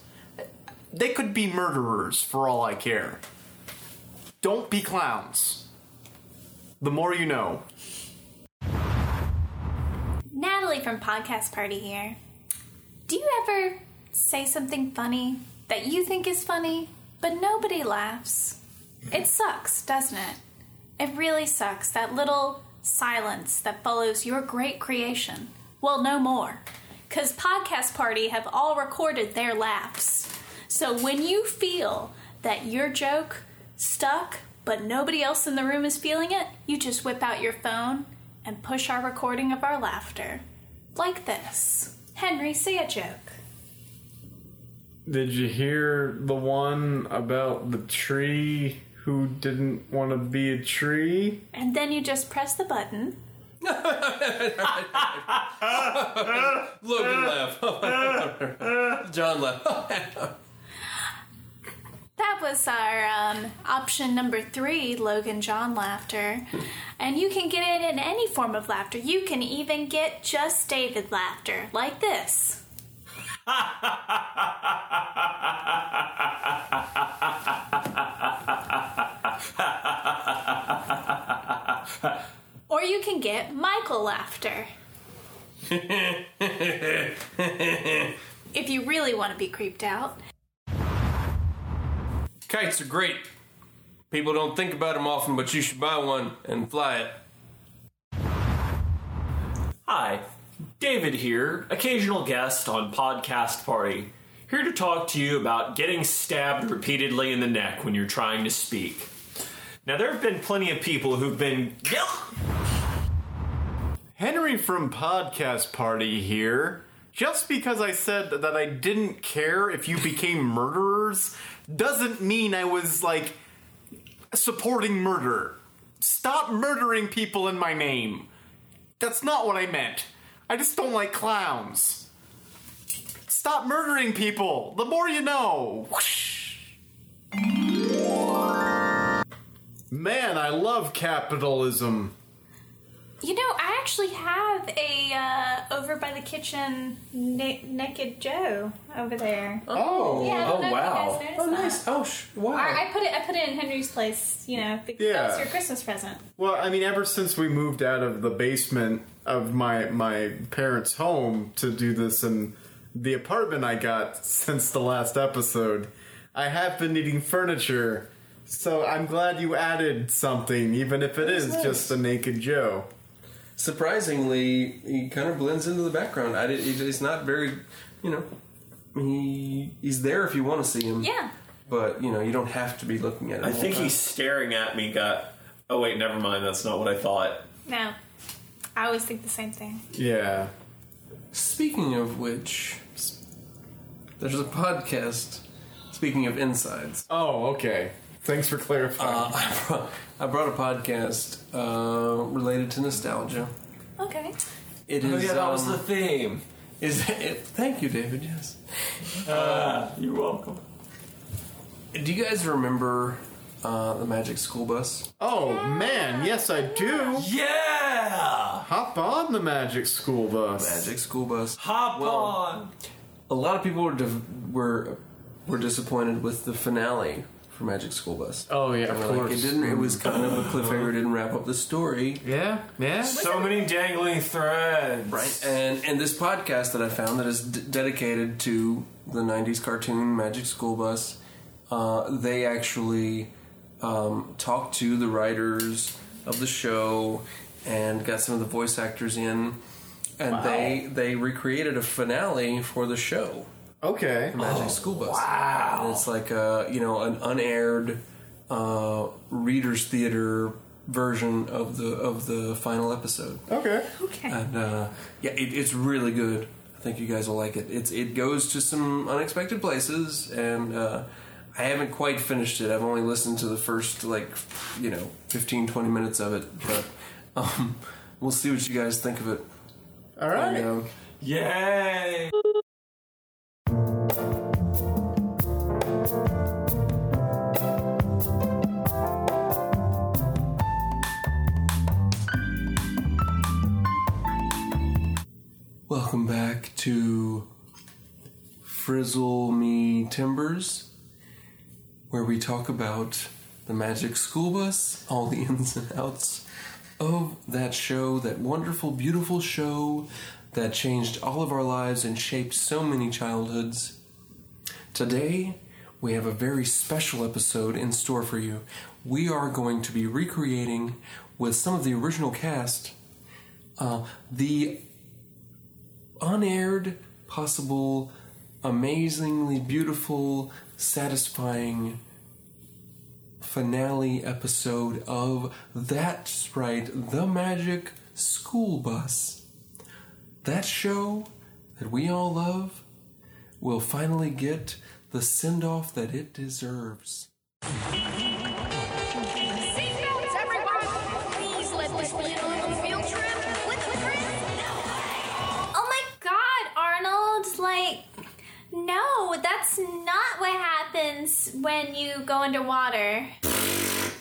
They could be murderers, for all I care. Don't be clowns. The more you know.
Natalie from Podcast Party here. Do you ever say something funny that you think is funny, but nobody laughs? It sucks, doesn't it? It really sucks, that little silence that follows your great creation. Well, no more. Because Podcast Party have all recorded their laughs. So when you feel that your joke stuck, but nobody else in the room is feeling it, you just whip out your phone and push our recording of our laughter. Like this Henry, say a joke.
Did you hear the one about the tree who didn't want to be a tree?
And then you just press the button.
Logan laugh. John laugh.
was our um, option number three, Logan John laughter. And you can get it in any form of laughter. You can even get just David laughter, like this. or you can get Michael laughter. if you really want to be creeped out.
Kites are great. People don't think about them often, but you should buy one and fly it.
Hi, David here, occasional guest on Podcast Party, here to talk to you about getting stabbed repeatedly in the neck when you're trying to speak. Now, there have been plenty of people who've been.
Henry from Podcast Party here. Just because I said that I didn't care if you became murderers doesn't mean I was like supporting murder. Stop murdering people in my name. That's not what I meant. I just don't like clowns. Stop murdering people. The more you know. Whoosh. Man, I love capitalism.
You know, I actually have a uh, over by the kitchen na- naked Joe over there.
Oh,
yeah, I don't know If you guys
Oh,
noticed that.
nice. Oh, sh- wow.
I, I put it. I put it in Henry's place. You know, because
Yeah.
that's your Christmas present.
Well, I mean, ever since we moved out of the basement of my my parents' home to do this in the apartment I got since the last episode, I have been needing furniture. So I'm glad you added something, even if it is
nice.
just a naked Joe.
Surprisingly, he kind of blends into the background. I did, he's not very, you know, he he's there if you want to see him.
Yeah.
But you know, you don't have to be looking at him.
I
all
think
the time.
he's staring at me, got. Oh, wait, never mind, that's not what I thought.
No, I always think the same thing.
Yeah.
Speaking of which, s- there's a podcast. Speaking of insides, Uh,
Oh, okay. Thanks for clarifying.
I brought, I brought a podcast uh, related to nostalgia.
Okay.
It is.
Oh, yeah, that was
um,
the theme.
is it, thank you, David. Yes. Uh,
Uh, You're welcome.
Do you guys remember uh, the Magic School Bus?
oh man, yes I do.
Yeah!
Hop on the magic school bus.
Magic School Bus.
Hop
Well-
on!
A lot of people were div- were were disappointed with the finale for Magic School Bus.
Oh yeah, of
They were like,
course.
it didn't. It was kind of a cliffhanger. Didn't wrap up the story.
Yeah, yeah.
So many dangling threads.
Right, and and this podcast that I found that is d- dedicated to the '90s cartoon Magic School Bus, uh, they actually um, talked to the writers of the show and got some of the voice actors in, and they they recreated a finale for the show.
Okay.
Magic School Bus. Wow! And it's like a you know an unaired uh, readers theater version of the of the final episode,
Okay.
Okay.
and uh, yeah, it, it's really good. I think you guys will like it. It's it goes to some unexpected places, and uh, I haven't quite finished it. I've only listened to the first like you know 15, 20 minutes of it, but um, we'll see what you guys think of it. uh,
All
You
right.
know,
Yay!
Welcome back to Frizzle Me Timbers, where we talk about the magic school bus, all the ins and outs of that show, that wonderful, beautiful show that changed all of our lives and shaped so many childhoods. Today, we have a very special episode in store for you. We are going to be recreating with some of the original cast uh, the unaired, possible, amazingly beautiful, satisfying finale episode of That's Right, The Magic School Bus. That show that we all love will finally get the send off that it deserves.
Seatbelts, everyone! Please let this be a little field trip with Chris.
Oh my God, Arnold! Like, no, that's not what happens when you go underwater.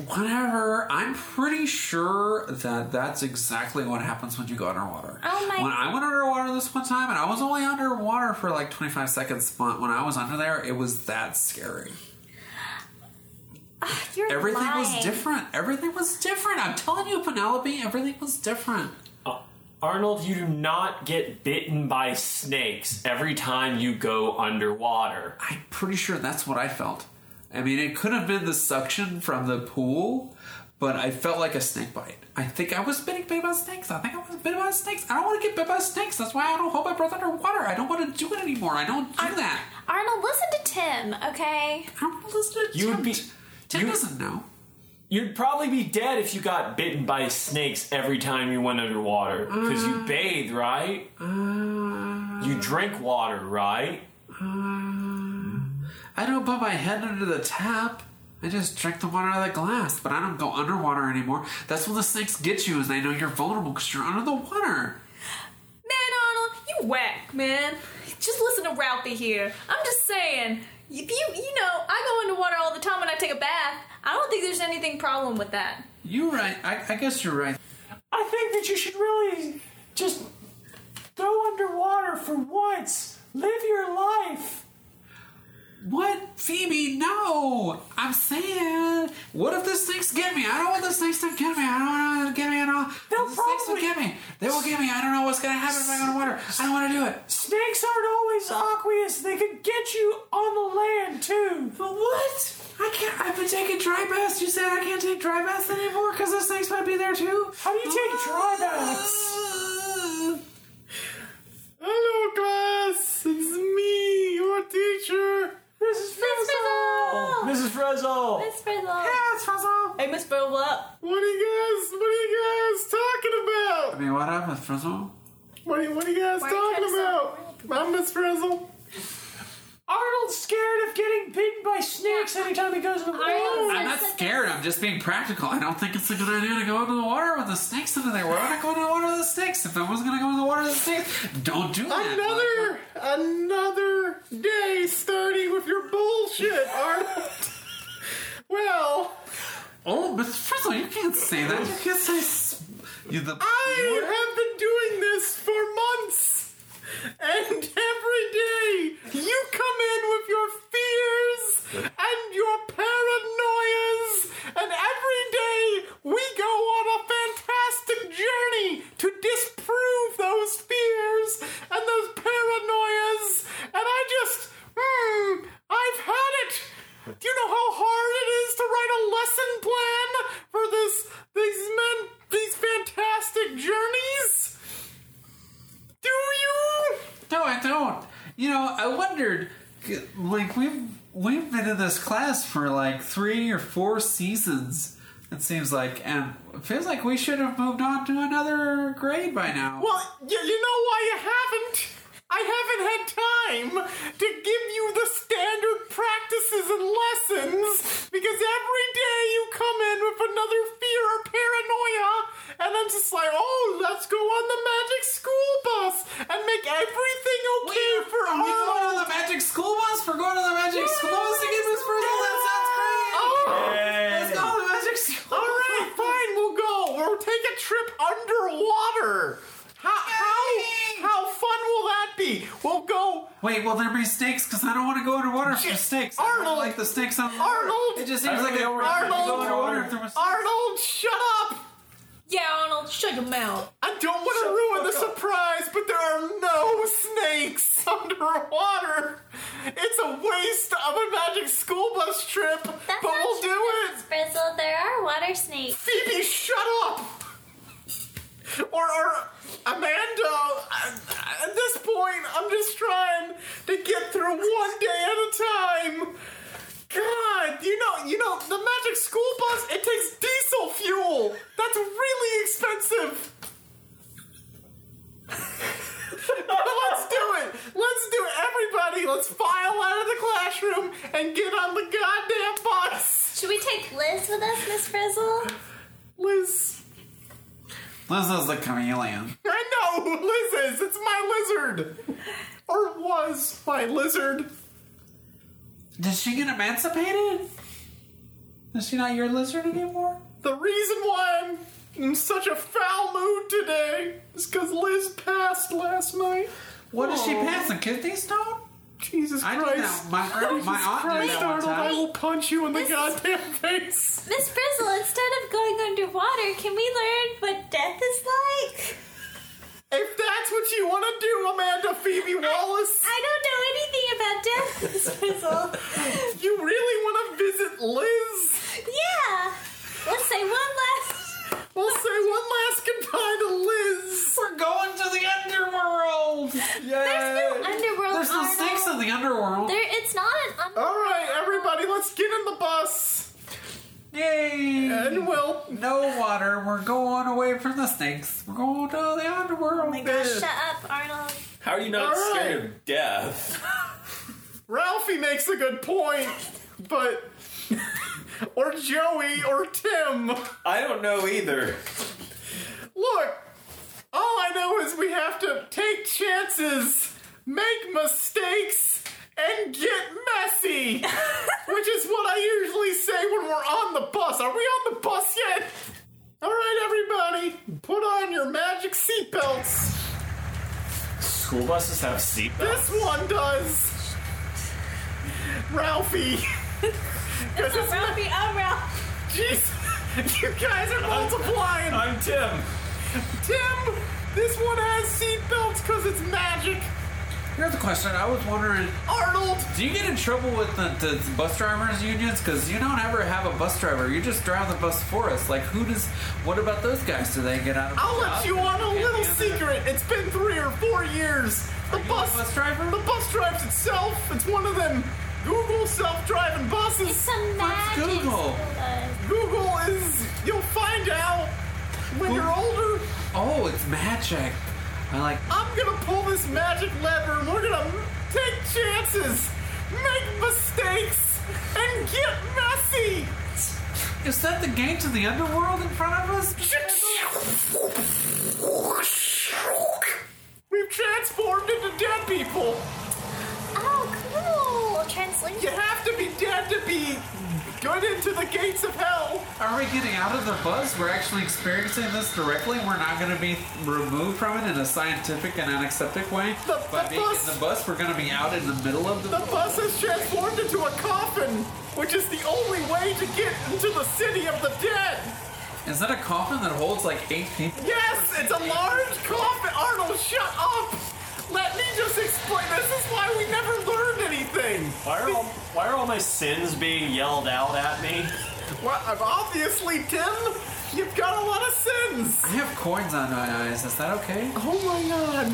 Whatever. I'm pretty sure that that's exactly what happens when you go underwater.
Oh my-
When I went underwater this one time, and I was only underwater for like 25 seconds, but when I was under there, it was that scary.
You're
Everything
lying.
was different. Everything was different. I'm telling you, Penelope, everything was different.
Uh, Arnold, you do not get bitten by snakes every time you go underwater.
I'm pretty sure that's what I felt. I mean, it could have been the suction from the pool, but I felt like a snake bite. I think I was bitten bit by snakes. I think I was bitten by snakes. I don't want to get bit by snakes. That's why I don't hold my breath underwater. I don't want to do it anymore. I don't do that.
Arnold, listen to Tim, okay?
I don't want to listen to
You would
Tim.
be.
Tim
you-
doesn't know.
You'd probably be dead if you got bitten by snakes every time you went underwater. Because
Uh.
you bathe, right? you drink water, right?
I don't put my head under the tap. I just drink the water out of the glass, but I don't go underwater anymore. That's when the snakes get you, and they know you're vulnerable because you're under the water.
Man, Arnold, you whack, man. Just listen to Ralphie here. I'm just saying, if you you know, I go underwater all the time when I take a bath. I don't think there's anything problem with that.
You're right. I, I guess you're right.
I think that you should really just go underwater for once. Live your life.
What? Phoebe, no! I'm saying, what if the snakes get me? I don't want the snakes to get me. I don't want them to get me at all.
They'll
the snakes will
probably-
get me. They will get me. I don't know what's going to happen if I go in water. I don't want to do it.
Snakes aren't always aqueous, they could get you on the land too.
But what? I can't. I've been taking dry baths. You said I can't take dry baths anymore because the snakes might be there too.
How do you take dry baths?
Hello, class. It's me, your teacher.
This is Frizzle. This is Frizzle.
Miss Frizzle.
Yes, Frizzle.
Hey, Miss Frizzle, up.
What are you guys? What are you guys talking
I
about?
mean, what happened, Frizzle?
What are, what are you guys
Why are you
talking
trying to
about? I'm Miss Frizzle.
Arnold's scared of getting bitten by snakes anytime he goes in the water.
I'm not scared. I'm just being practical. I don't think it's a good idea to go into the water with the snakes under there. Why would I go into the water with the snakes? If I was going to go into the water with the snakes, don't do that.
Another another day starting with your bullshit, Arnold. well,
Oh, Mr. Frizzle, you can't say that. You can't say. s- You the.
I have been doing this for months. And every day you come in with your fears and your paranoias. And every day we go on a fantastic journey to disprove those fears and those paranoias. And I just, hmm, I've had it. Do you know how hard it is to write a lesson plan for this these men these fantastic journeys? Do you?
No, I don't. You know, I wondered. Like we've we've been in this class for like three or four seasons. It seems like, and it feels like we should have moved on to another grade by now.
Well, you, you know why you haven't? I haven't had time to give you the standard practices and lessons because every day you come in with another fear or paranoia, and I'm just like, oh, let's go on the magic school bus and make everything okay for
Are we
Arnold.
going to the magic school bus? We're going to the magic school bus to get this first one. That sounds great. Let's go to the magic school.
Oh! All right, fine, we'll go. We'll take a trip underwater. How, how, how fun will that be? We'll go.
Wait, will there be snakes? Because I don't want to go underwater for snakes. I don't
Arnold!
like the snakes on the
Arnold!
It just seems like a
Arnold!
Go underwater if there was
Arnold, shut up!
Yeah, Arnold, shut your mouth.
I don't want to ruin the surprise, but there are no snakes underwater. It's a waste of a magic school bus trip,
That's not
but we'll do it.
Frizzle, there are water snakes.
Phoebe, shut up! Or, or Amanda, I- I- at this point, I'm just trying to get through one day at a time. God, you know, you know, the magic school bus, it takes diesel fuel. That's really expensive. let's do it. Let's do it. Everybody, let's file out of the classroom and get on the goddamn bus.
Should we take Liz with us, Miss Frizzle?
Liz.
Liz is the chameleon.
I know who Liz is. It's my lizard. Or was my lizard.
Did she get emancipated? Is she not your lizard anymore?
The reason why I'm in such a foul mood today is because Liz passed last night.
What is she passing? Kidney stone?
Jesus
I
Christ.
did that. My, my aunt did
Christ,
that one
Arnold, I
time.
will punch you in the
This is-
goddamn face.
Miss Frizzle, instead of going underwater, can we learn what death is like?
If that's what you want to do, Amanda Phoebe Wallace,
I don't know anything about death, Miss Frizzle.
you really want to visit Liz?
yeah! Let's say one last.
We'll say one last goodbye to Liz.
We're going to the underworld.
There's no underworld,
There's the
Arnold.
stakes of the underworld.
There, it's not an underworld.
All right, everybody, let's get in the bus
Yay!
and we'll.
no water. We're going away from the snakes. We're going to the underworld.
Oh my gosh, shut up, Arnold.
How are you not
All right.
scared of death?
Ralphie makes a good point, but. or Joey or Tim.
I don't know either.
Look, all I know is we have to take chances, make mistakes, and get messy, which is what I usually say when we're on the bus. Are we on the bus yet? All right, everybody, put on your magic seatbelts.
School buses have seatbelts.
This one does. Ralphie. Because it's
Ralphie, I'm Ralph.
Jeez, you guys are multiplying.
I'm Tim.
Tim, this one has seatbelts because it's magic.
Here's the question. I was wondering,
Arnold,
do you get in trouble with the, the bus drivers unions? Because you don't ever have a bus driver. You just drive the bus for us. Like, who does? What about those guys? Do they get out of?
I'll let you on a little
Yeah, yeah.
secret. It's been three or four years. The
you
bus,
a bus driver?
The bus drives itself. It's one of them Google self-driving
It's
buses.
some
What's
magic.
Google?
Google is. You'll find out when you're
Hmm?
older.
Oh, it's magic. I like.
I'm gonna pull this magic lever and we're gonna take chances, make mistakes, and get messy.
Is that the gate to the underworld in front of us?
We've transformed into dead people.
Oh, cool. Translation.
You have to be dead to be good into the gates of hell.
Are we getting out of the bus? We're actually experiencing this directly. We're not going to be removed from it in a scientific and antiseptic way.
The-
By
the
being
bus-
in the bus, we're going to be out in the middle of
The
the.
bus has transformed into a coffin, which is the only way to get into the city of the dead.
Is that a coffin that holds like eight people?
Yes, it's a large coffin. Arnold, shut up. Let me just explain. This is why we never learned anything.
Why are all Why are all my sins being yelled out at me?
Well, I'm obviously Tim. You've got a lot of sins.
I have coins on my eyes. Is that okay?
Oh my god.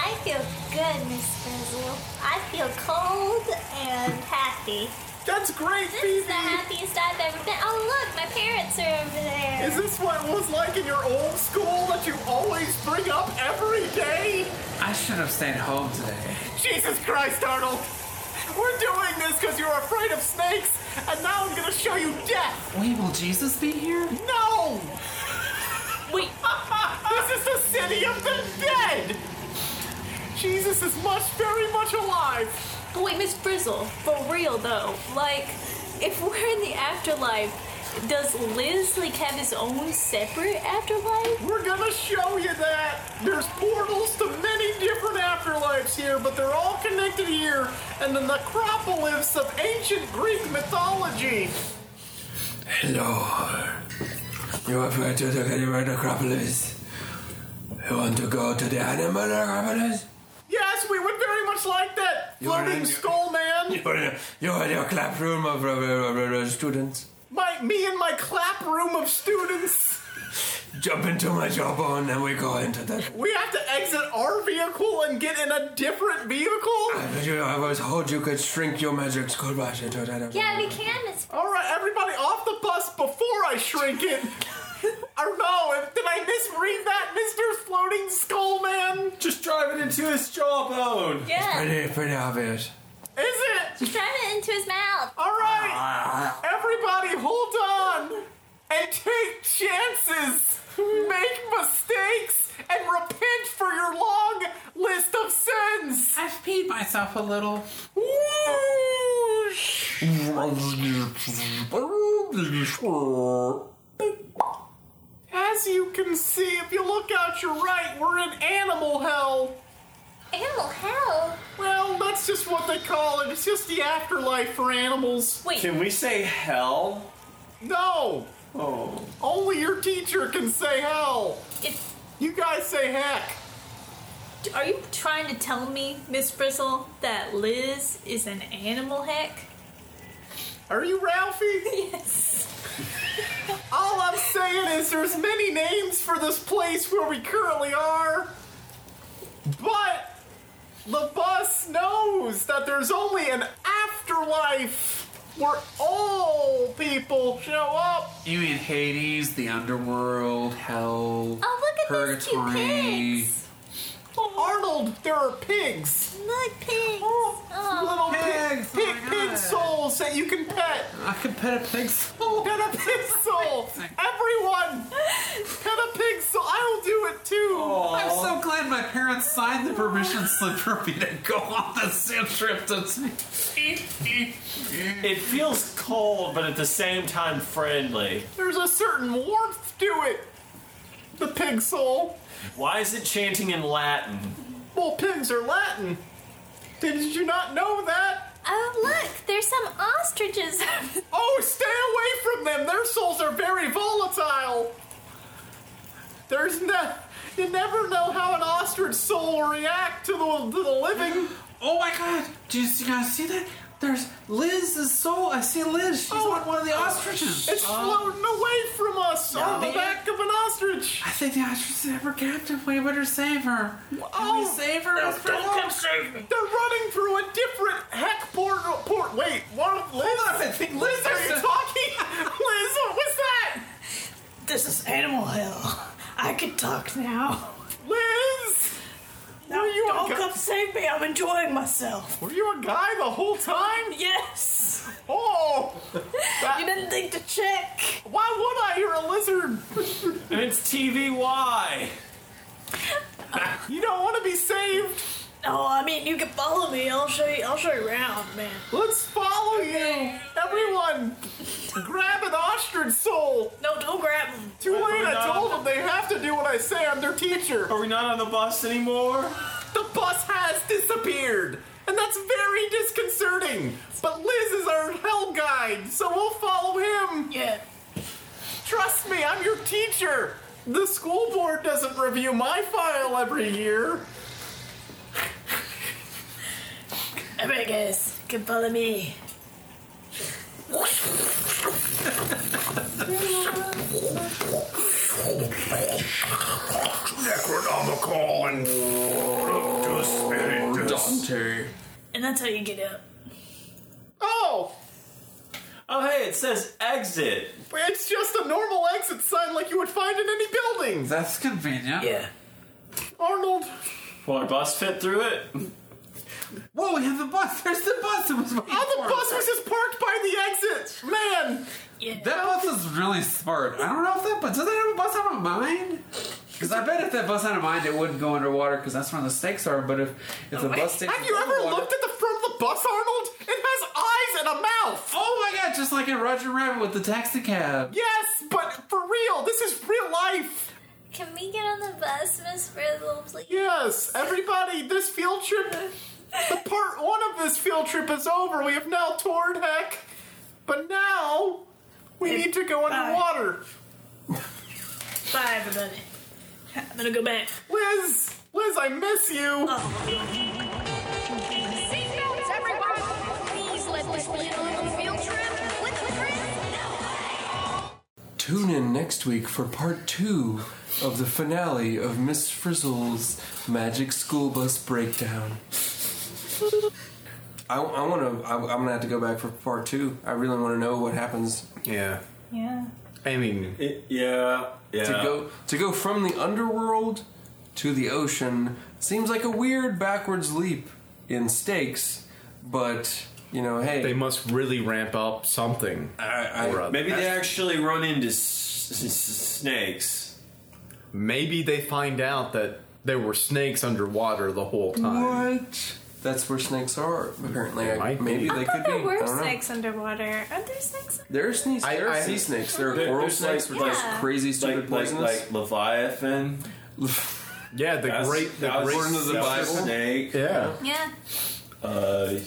I feel good, Miss Frizzle. I feel cold and happy.
That's great,
This is the
Phoebe.
happiest I've ever been. Oh, look, my parents are over there.
Is this what it was like in your old school that you always bring up every day?
I should have stayed home today.
Jesus Christ, Arnold! We're doing this because you're afraid of snakes, and now I'm gonna show you death!
Wait, will Jesus be here?
No!
Wait.
this is the city of the dead! Jesus is much, very much alive!
Oh, wait, Miss Frizzle, for real though, like, if we're in the afterlife, does Liz like have his own separate afterlife?
We're gonna show you that! There's portals to many different afterlives here, but they're all connected here, and the necropolis of ancient Greek mythology!
Hello. You are free to the animal necropolis. You want to go to the animal necropolis?
Yes, we would very much like that!
You are
Floating
in-
skull man!
You are in- you are in your classroom of uh, uh, uh, students.
My me and my clap room of students.
Jump into my jawbone and we go into the.
We have to exit our vehicle and get in a different vehicle.
I was told you could shrink your magic school bash into that.
Yeah, we can, Miss.
All right, everybody off the bus before I shrink it. or no, did I misread that, Mister Floating Skull Man?
Just driving into his jawbone.
Yeah,
Pretty, pretty obvious.
Is it?
drive it into his mouth.
All
Ah.
right, everybody, hold on and take chances, make mistakes, and repent for your long list of sins.
I've peed myself a little.
Whoosh!
As you can see, if you look out your right, we're in animal hell. Animal hell?
Well, that's just what they call it. It's just the afterlife for animals.
Wait.
Can we say hell?
No!
Oh.
Only your teacher can say hell. you guys say heck.
Are you trying to tell me, Miss Bristle, that Liz is an animal heck?
Are you Ralphie?
yes.
All I'm saying is there's many names for this place where we currently are, but the bus knows that there's only an afterlife where all people show up.
You mean Hades, the underworld, hell,
Oh, look at those cute
purgatory.
Arnold, there are pigs. Oh,
Look, pigs. Oh.
little pigs. Pig, pig souls that you can pet.
oh I could pet a pig soul.
Pet a pig soul. Everyone, pet a pig soul. I will do it too.
I'm so glad my parents signed the permission slip for me to go on the sand trip to
It feels cold, but at the same time friendly.
There's a certain warmth to it. The pig soul.
Why is it chanting in Latin?
Well, pigs are Latin. Did you not know that?
Oh, look, there's some ostriches.
oh, stay away from them. Their souls are very volatile. There's no. You never know how an ostrich soul will react to the, to the living.
Oh my god! Do you, you guys see that? There's Liz's soul. I see Liz. She's on one of the ostriches.
Oh.
Oh.
It's floating away from us on the back of an ostrich.
I think the ostrich is ever captive. We better save her. Can
Oh!
we save her? Ostrich?
save me. They're running through a different heck portal. Port. Wait, one of Liz. Hold on, I think Liz, are you talking? Liz, what was that?
This is animal hell. I can talk now.
Liz!
No,
you
don't
okay?
come save me. I'm enjoying myself.
Were you a guy the whole time?
Yes.
Oh!
you didn't think to check.
Why would I? You're a lizard.
And it's TVY.
you don't want to be saved.
No, I mean you can follow me. I'll show you. I'll show you around, man.
Let's follow you, everyone. grab an ostrich soul.
No, don't grab them.
Too
Are
late.
we
I
not
told
on
them they have to do what I say. I'm their teacher.
Are we not on the bus anymore?
The bus has disappeared, and that's very disconcerting. But Liz is our hell guide, so we'll follow him.
Yeah.
Trust me, I'm your teacher. The school board doesn't review my file every year.
I mean, guys, you can follow me.
Necronomicon Fructus Spiritus.
Dante.
And that's how you get up.
Oh!
Oh, hey, it says exit.
It's just a normal exit sign like you would find in any building.
That's convenient.
Yeah.
Arnold,
Will our bus fit through it?
Whoa, we have the bus. There's the bus. It was waiting
oh, the
for
bus
us.
was just parked by the exit. Man,
That bus is really smart. I don't know if that bus does that have a bus have a mine? Because I bet if that bus had a mine, it wouldn't go underwater because that's where the stakes are. But if if the bus stakes,
have you ever looked at the front of the bus, Arnold? It has eyes and a mouth.
Oh my god! Just like in Roger Rabbit with the taxi cab.
Yes, but for real, this is real life.
Can we get on the bus, Miss Frizzle, please?
Yes, everybody, this field trip, the part one of this field trip is over. We have now toured heck, but now we need to go underwater.
Bye, everybody. I'm gonna go back.
Liz, Liz, I miss you.
Seatbelts, everyone! Please let this be a little field trip with friends.
Tune in next week for part two of the finale of Miss Frizzle's Magic School Bus Breakdown. I, I want to. I'm gonna have to go back for part two. I really want to know what happens.
Yeah.
Yeah.
I mean,
yeah,
To go to go from the underworld to the ocean seems like a weird backwards leap in stakes, but you know, hey,
They must really ramp up something. or other.
Maybe they actually run into s- s- s- snakes.
Maybe they find out that there were snakes underwater the whole time.
What? that's where snakes are, apparently. I, maybe
I
they
thought
could be.
there
I
were
don't know.
snakes underwater. Are there snakes?
There are snakes.
I-
there are
I-
sea snakes. There are
There-
coral
there's like-
snakes, which are just
yeah.
crazy, stupid
like,
poisonous.
like Leviathan.
yeah,
the great- the great
one of the
Bible.
snake.
Yeah.
Yeah.
Uh,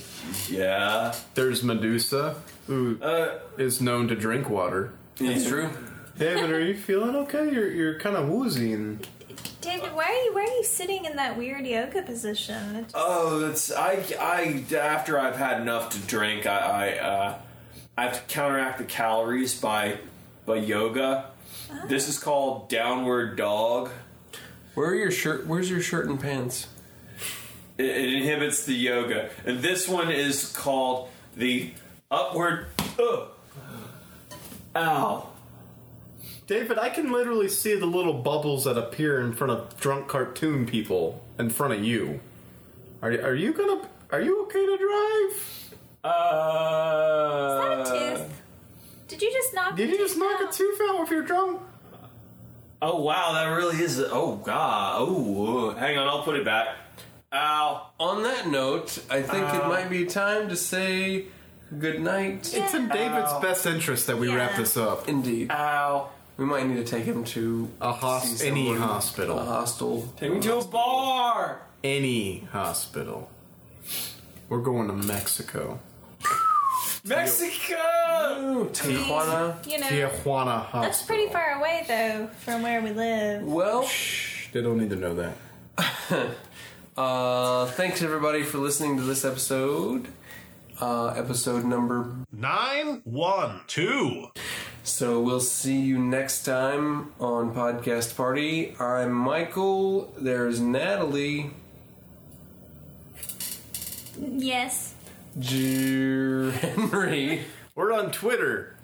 yeah. Uh,
There's Medusa, who is known to drink water.
That's
true.
David, are you feeling okay? You're you're kind of woozy. And...
David, why are you why are you sitting in that weird yoga position? It-
Oh, that's I. I after I've had enough to drink, I I, uh, I have to counteract the calories by by yoga. This is called downward dog.
Where are your shirt? Where's your shirt and pants?
It, it inhibits the yoga, and this one is called the upward. Ugh. Ow.
David, I can literally see the little bubbles that appear in front of drunk cartoon people in front of you. Are are you gonna? Are you okay to drive?
Uh.
Is that a tooth? Did you just knock?
Did you just knock a tooth out with your drum?
Oh wow, that really is. Oh god. Oh, hang on, I'll put it back. Ow.
Uh, On that note, I think
Uh,
it might be time to say good night.
It's in David's Ow. best interest that we wrap Yeah. this up.
Indeed.
Ow.
We might need to take him to a
hos- any hospital.
A hostel.
Take me to a bar.
Any hospital. We're going to Mexico.
Mexico.
Tijuana.
You know,
Tijuana Hospital.
That's pretty far away though from where we live.
Well,
They don't need to know that.
uh, thanks everybody for listening to this episode. Uh, episode number
nine one two.
So we'll see you next time on Podcast Party. I'm Michael. There's Natalie.
yes.
Jer- Henry.
We're on Twitter.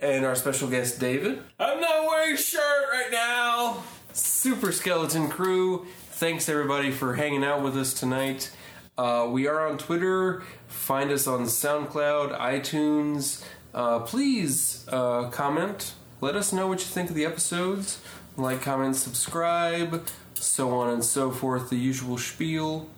And our special guest, David.
I'm not wearing a shirt right now.
Super Skeleton Crew. Thanks, everybody, for hanging out with us tonight. Uh, we are on Twitter. Find us on SoundCloud, iTunes. Uh, please uh, comment. Let us know what you think of the episodes. Like, comment, subscribe, so on and so forth. The usual spiel.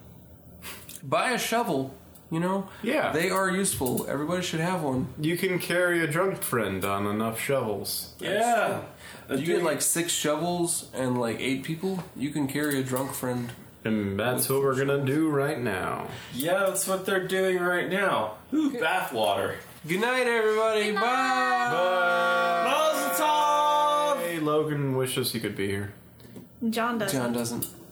Buy a shovel, you know?
Yeah.
They are useful. Everybody should have one.
You can carry a drunk friend on enough shovels.
Yeah. You get like six shovels and like eight people, you can carry a drunk friend.
And that's what we're gonna do right now.
Yeah, that's what they're doing right now. Ooh, bathwater.
Good night, everybody. Bye.
Bye. Mazel tov.
Hey, Logan wishes he could be here.
John doesn't.
doesn't.